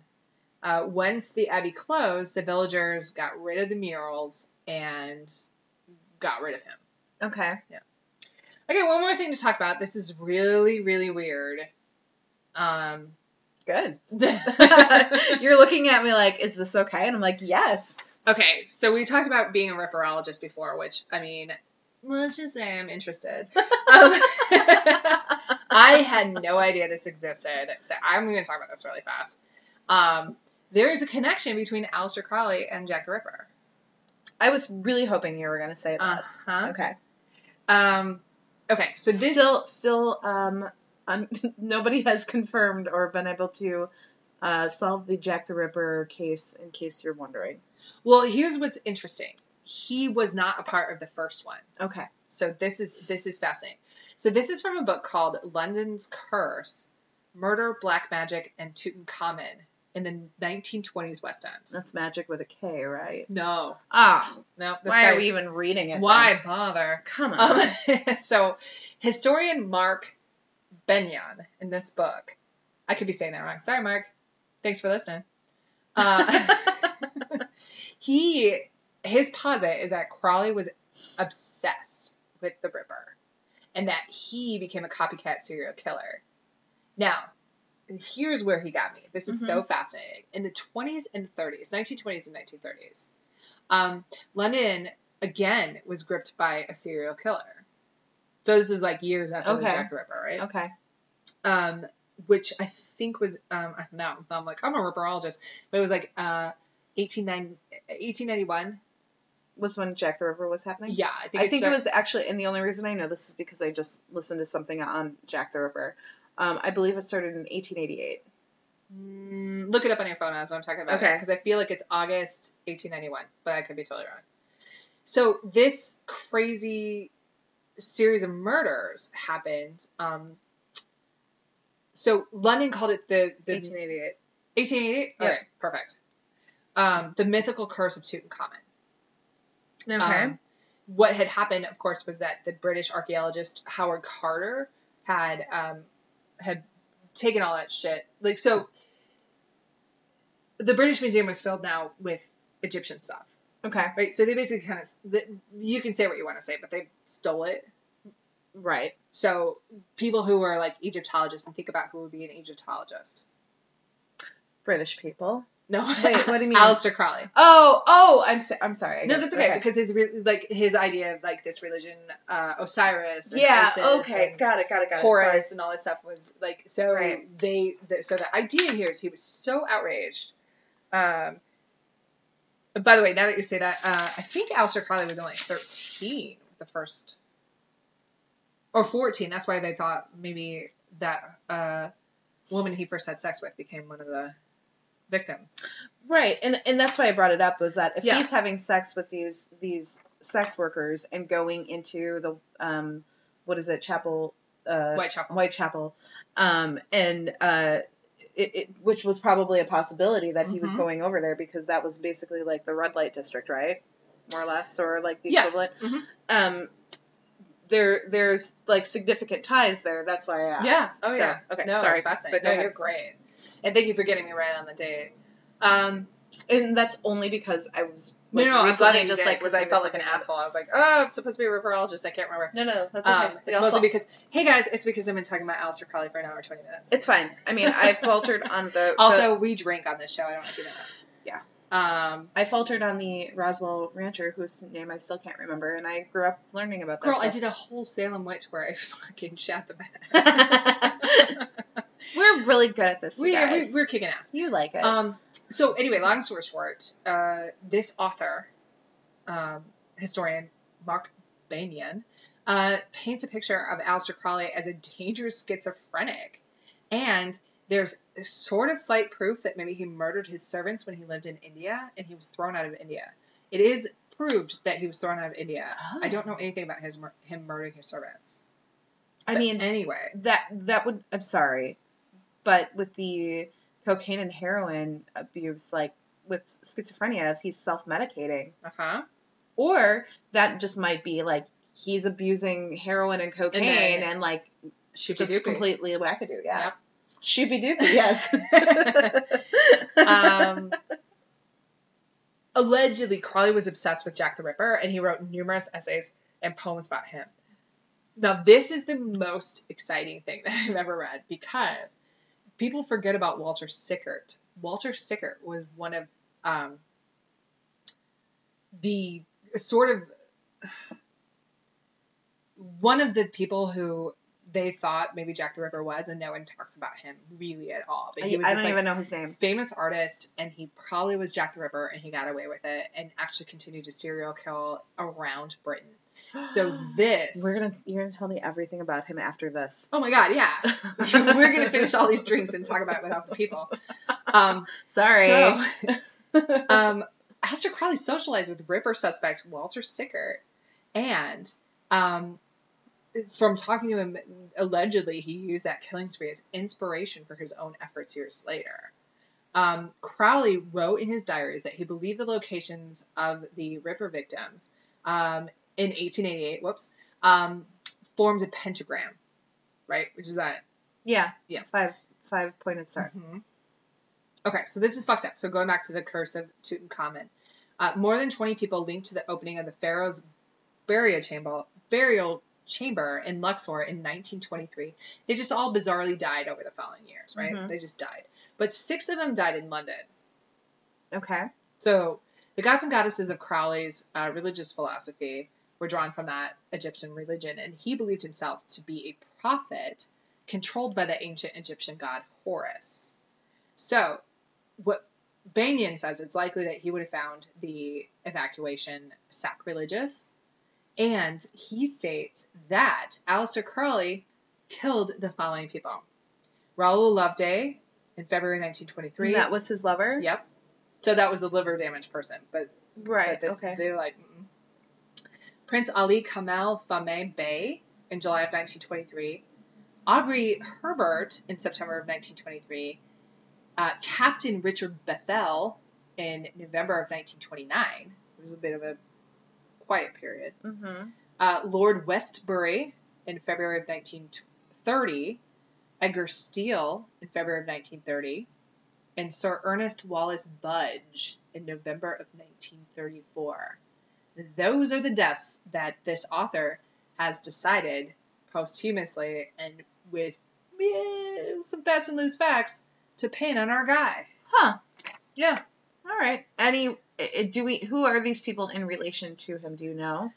Uh, once the abbey closed, the villagers got rid of the murals and got rid of him. Okay. Okay, one more thing to talk about. This is really, really weird. Um, Good. okay, You're looking at me like, is this okay? And I'm like, yes. so we talked about being a ripperologist before, which, I mean, let's just say I'm interested. Um, I had no idea this existed, so I'm going to talk about this really fast. Um, there is a connection between Aleister Crowley and Jack the Ripper. I was really hoping you were gonna say this. Uh-huh. Okay. Um, okay, so this still, still, um, un- nobody has confirmed or been able to uh, solve the Jack the Ripper case. In case you're wondering. well, here's what's interesting. He was not a part of the first ones. Okay. So this is this is fascinating. So this is from a book called London's Curse: Murder, Black Magic, and Tutankhamun in the 1920s West End. That's magic with a K, right? No, Ah, no. This why guy, are we even reading it? Why then? bother? Come on. Um, so, historian Mark Benyon in this book, I could be saying that wrong. Sorry, Mark. Thanks for listening. Uh, he his posit is that Crowley was obsessed with the Ripper, and that he became a copycat serial killer. Now, here's where he got me. This is so fascinating. In the 20s and 30s, 1920s and 1930s, um, London again was gripped by a serial killer. So this is like years after the Okay. Jack the Ripper, right? okay. Um, which I think was um, I- now I'm like I'm a ripperologist, but it was like uh, 1890 1891. Was when Jack the Ripper was happening. Yeah, I think, I think start- it was actually, and the only reason I know this is because I just listened to something on Jack the Ripper. Um, I believe it started in 1888. Mm, look it up on your phone as I'm talking about. Okay. Because I feel like it's August 1891, but I could be totally wrong. So this crazy series of murders happened. Um, so London called it the the 1888. 1888. Yep. Okay, perfect. Um, the mythical curse of Tutankhamun. Um, what had happened, of course, was that the British archaeologist Howard Carter had um, had taken all that shit. Like so, the British Museum was filled now with Egyptian stuff, okay. right? So they basically kind of you can say what you want to say, but they stole it. Right. So people who are like Egyptologists and think about who would be an Egyptologist. British people. No, Wait, what do you mean? Alistair Crowley. Oh, oh, I'm so, I'm sorry. I No, got- that's okay, because his re- like his idea of like this religion, uh, Osiris. And yeah. Isis okay. and- Got it. Got it. Got it. Sorry. Horus and all this stuff was like so Right. they the, so the idea here is he was so outraged. Um, by the way, now that you say that, uh, I think Alistair Crowley was only thirteen the first or fourteen. That's why they thought maybe that uh, woman he first had sex with became one of the victims. Right. And and that's why I brought it up was that if Yeah. he's having sex with these these sex workers and going into the um what is it chapel uh Whitechapel. Whitechapel, um, and uh, it, it, which was probably a possibility that he was Mhm. going over there because that was basically like the red light district, right? More or less, or like the Yeah. equivalent. Mhm. Um, there there's like significant ties there. That's why I asked. Yeah. Oh, So, yeah. Okay. No, sorry. it's fascinating. But go no, you're ahead. great. And thank you for getting me right on the date. Um, And that's only because I was no, like, no, I'm glad recently that you just did, like 'cause I listening to felt like an something about it. asshole. I was like, oh, I'm supposed to be a referologist. I can't remember. No, no, that's okay. Um, We it's all mostly fall- because, hey guys, it's because I've been talking about Alistair Crowley for an hour and 20 minutes. it's fine. I mean, I faltered on the the- also, we drink on this show. I don't know if you know that. Yeah. Um, I faltered on the Roswell rancher, whose name I still can't remember, and I grew up learning about that. girl, I stuff. did a whole Salem witch where I fucking shot the We're bed. really good at this, you we, we, guys. we're kicking ass. you like it. Um, so anyway, long story short, uh, this author, um, historian Mark Banyan, uh, paints a picture of Aleister Crowley as a dangerous schizophrenic, and there's sort of slight proof that maybe he murdered his servants when he lived in India and he was thrown out of India. It is proved that he was thrown out of India. Oh. I don't know anything about his mur- him murdering his servants. I But mean, anyway, that that would I'm sorry, but with the cocaine and heroin abuse, like with schizophrenia, if he's self medicating, uh huh. or that just might be like he's abusing heroin and cocaine and, like just completely wackadoo, yeah. Yep. Shooby doopy, yes. um, allegedly, Crowley was obsessed with Jack the Ripper, and he wrote numerous essays and poems about him. Now, this is the most exciting thing that I've ever read because people forget about Walter Sickert. Walter Sickert was one of um, the sort of one of the people who they thought maybe Jack the Ripper was, and no one talks about him really at all. But I, he was I just like, don't even know his name. famous artist and he probably was Jack the Ripper and he got away with it and actually continued to serial kill around Britain. So this We're gonna you're gonna tell me everything about him after this. Oh my god, yeah. We're gonna finish all these drinks and talk about it without the people. Um Sorry. so, um Aleister Crowley socialized with Ripper suspect Walter Sickert and um from talking to him, allegedly he used that killing spree as inspiration for his own efforts years later. Um, Crowley wrote in his diaries that he believed the locations of the Ripper victims um, in 1888, whoops, um, formed a pentagram, right? Which is that. yeah. Yeah. Five five pointed star. Mhm. Okay, so this is fucked up. So going back to the curse of Tutankhamun, uh, more than 20 people linked to the opening of the pharaoh's burial chamber, burial chamber in Luxor in 1923. They just all bizarrely died over the following years, right? Mhm. They just died. But six of them died in London. Okay. So the gods and goddesses of Crowley's uh, religious philosophy were drawn from that Egyptian religion, and he believed himself to be a prophet controlled by the ancient Egyptian god Horus. So what Banyan says it's likely that he would have found the evacuation sacrilegious, and he states that Aleister Crowley killed the following people: Raoul Loveday in February 1923. And that was his lover? Yep. So that was the liver damage person, but but Right. this, okay. they're like mm Prince Ali Kamel Fahmy Bey in July of 1923, Aubrey Herbert in September of 1923, uh, Captain Richard Bethel in November of 1929. It was a bit of a quiet period. Mm-hmm. Uh, Lord Westbury in February of 1930, Edgar Steele in February of 1930, and Sir Ernest Wallace Budge in November of 1934. Those are the deaths that this author has decided posthumously and with eh, some fast and loose facts to pin on our guy. Huh. Yeah. All right. Any i- do we who are these people in relation to him? Do you know?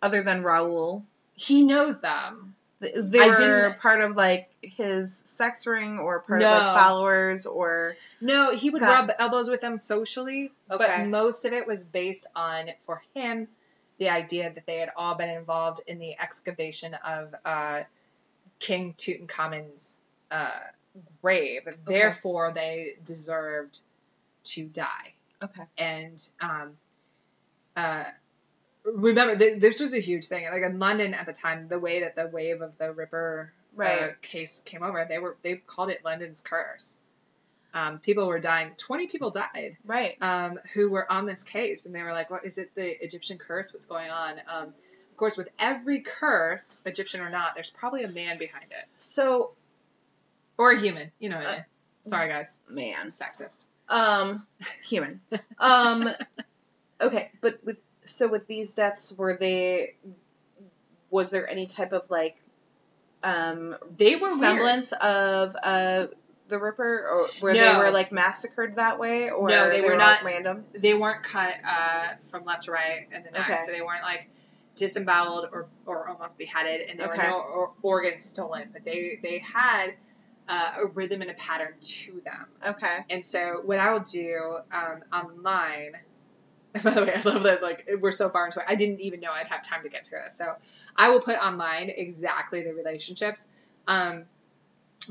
Other than Raoul, He knows them. Th- they I were didn't- part of like his sex ring or part of No. like followers or No, he would Got- rub elbows with them socially, Okay. but most of it was based on, for him, the idea that they had all been involved in the excavation of uh, King Tutankhamun's uh, grave. Therefore, they deserved to die. okay. And um, uh, remember, th- this was a huge thing. Like in London at the time, the way that the wave of the Ripper Right. uh, case came over, they were they called it London's curse. Um, people were dying. Twenty people died right. um, who were on this case, and they were like, "What is it? The Egyptian curse? What's going on?" Um, Of course, with every curse, Egyptian or not, there's probably a man behind it So or a human. You know. what I Uh, mean. Sorry, guys. man. Sexist. Um, human. Um, okay, but with so with these deaths, were they? Was there any type of like, um, They were weird. semblance of uh the Ripper, or where they No. were like massacred that way, or No, they were like, not- random. They weren't cut uh, from left to right in the knife, Okay. so they weren't like disemboweled or, or almost beheaded, and there Okay. were no or- organs stolen. But they they had uh, a rhythm and a pattern to them. Okay. And so what I will do um, online. By the way, I love that like we're so far into it. I didn't even know I'd have time to get to this. So I will put online exactly the relationships. Um,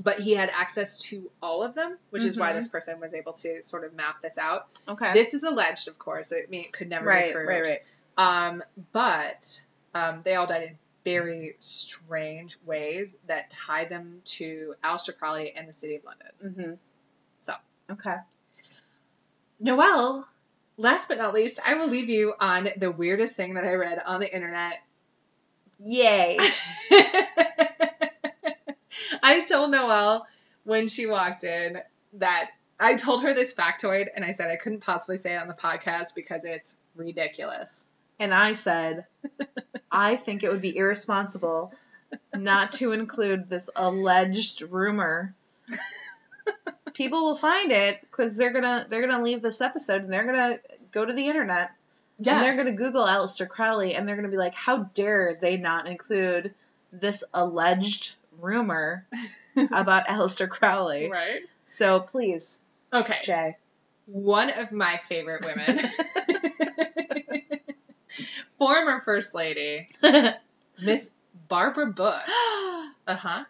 but he had access to all of them, which is why Mhm. this person was able to sort of map this out. Okay. This is alleged, of course. I mean, it could never be right, proved. right, right. Um, but um, they all died in very strange ways that tie them to Alistair Crowley and the City of London. Mm-hmm. So. Okay. Noelle, last but not least, I will leave you on the weirdest thing that I read on the internet. Yay. I told Noelle when she walked in that I told her this factoid and I said I couldn't possibly say it on the podcast because it's ridiculous. and I said, I think it would be irresponsible not to include this alleged rumor. People will find it because they're gonna they're gonna leave this episode and they're gonna go to the internet and they're gonna Google Aleister Crowley and they're gonna be like, how dare they not include this alleged rumor about Aleister Crowley? right. So please, Okay. Jay. One of my favorite women, former First Lady, Miss Barbara Bush. Uh huh.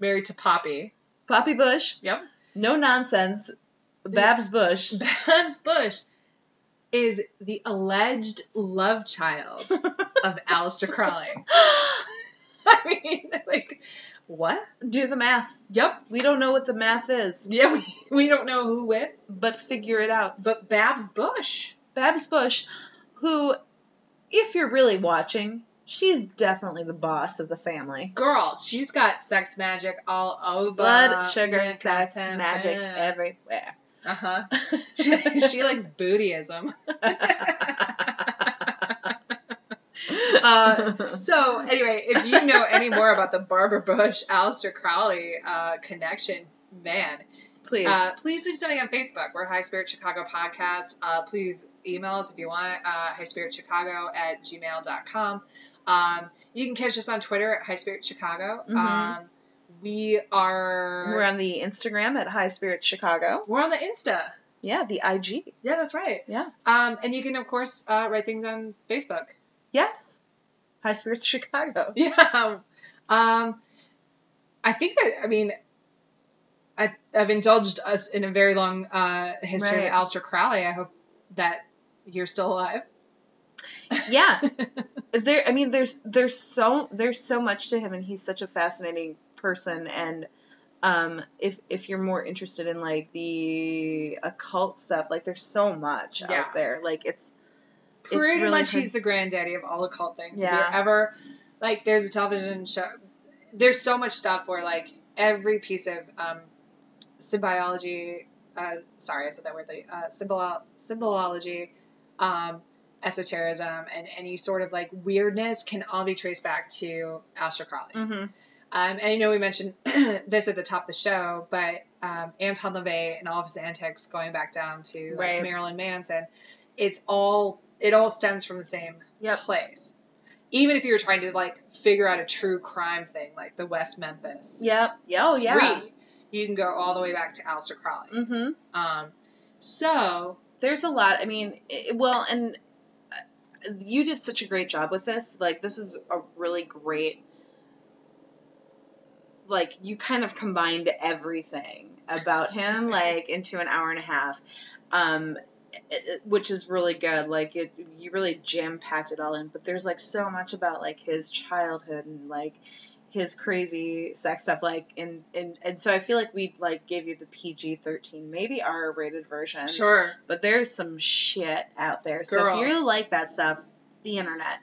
Married to Poppy. Poppy Bush. Yep. No nonsense. Babs Bush. Babs Bush is the alleged love child of Aleister Crowley. I mean, like, what? Do the math. Yep. We don't know what the math is, Yeah, we, we don't know who with, but figure it out. but Babs Bush. Babs Bush, who, if you're really watching, she's definitely the boss of the family. Girl, she's got sex magic all over. Blood, sugar, sex, magic everywhere. Uh huh. She, she likes bootyism. Uh, so anyway, if you know any more about the Barbara Bush, Aleister Crowley uh, connection, man, Please. uh, please leave something on Facebook. We're High Spirit Chicago Podcast. Uh, please email us if you want, uh, highspiritchicago at gmail.com. Um, you can catch us on Twitter at High Spirit Chicago. Mhm. Um, we are... We're on the Instagram at High Spirits Chicago. we're on the Insta. Yeah, the IG. Yeah, that's right. Yeah. Um, and you can, of course, uh, write things on Facebook. Yes. High Spirits Chicago. Yeah. Um, I think that I mean, I, I've indulged us in a very long uh, history Right. of Aleister Crowley. I hope that you're still alive. Yeah. there i mean there's there's so there's so much to him and he's such a fascinating person and um if if you're more interested in like the occult stuff like there's so much Yeah. out there like it's Pretty really much, hard- he's the granddaddy of all occult things. Yeah. If you ever like, there's a television show. There's so much stuff where like every piece of um, symbiology. Uh, sorry, I said that weirdly. Uh, symbol symbolology. Um, esotericism and any sort of like weirdness can all be traced back to Aleister Crowley. mm-hmm. Um, and I know we mentioned this at the top of the show, but um, Anton LaVey and all of his antics going back down to like, Right. Marilyn Manson, it's all it all stems from the same Yep. place. Even if you were trying to like figure out a true crime thing, like the West Memphis, yep yeah oh yeah three, you can go all the way back to Aleister Crowley. mm-hmm. Um, so there's a lot i mean it, well and uh, you did such a great job with this like this is a really great like you kind of combined everything about him like into an hour and a half um it- it- which is really good like it you really jam packed it all in but there's like so much about like his childhood and like his crazy sex stuff like and and, and so i feel like we like gave you the pg-13 maybe r rated version sure, but there's some shit out there. So Girl. if you like that stuff, the internet.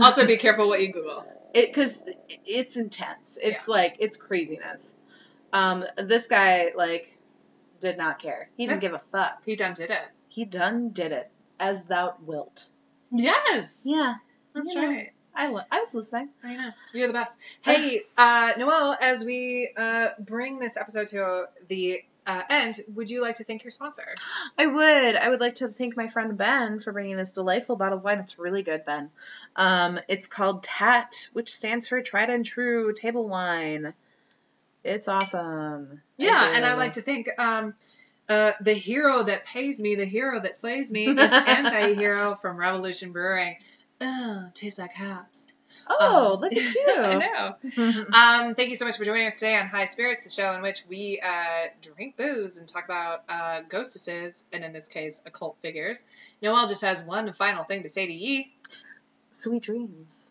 also, be careful what you Google. it because it's intense. It's like it's craziness. Um, this guy like did not care. He didn't give a fuck. He done did it. He done did it as thou wilt. Yes. Yeah, That's You know, right. I wa- I was listening. I know. You're the best. Hey, uh, Noelle, as we uh, bring this episode to the uh, end, would you like to thank your sponsor? I would. I would like to thank my friend Ben for bringing this delightful bottle of wine. It's really good, Ben. Um, it's called TAT, which stands for Tried and True Table Wine. It's awesome. Yeah, and I like to think um, uh, the hero that pays me, the hero that slays me, it's anti-hero from Revolution Brewing. Oh, tastes like hops. Oh, Um, look at I you! know. Um, thank you so much for joining us today on High Spirits, the show in which we uh, drink booze and talk about uh, ghostesses, and in this case, occult figures. Noelle just has one final thing to say to ye. Sweet dreams.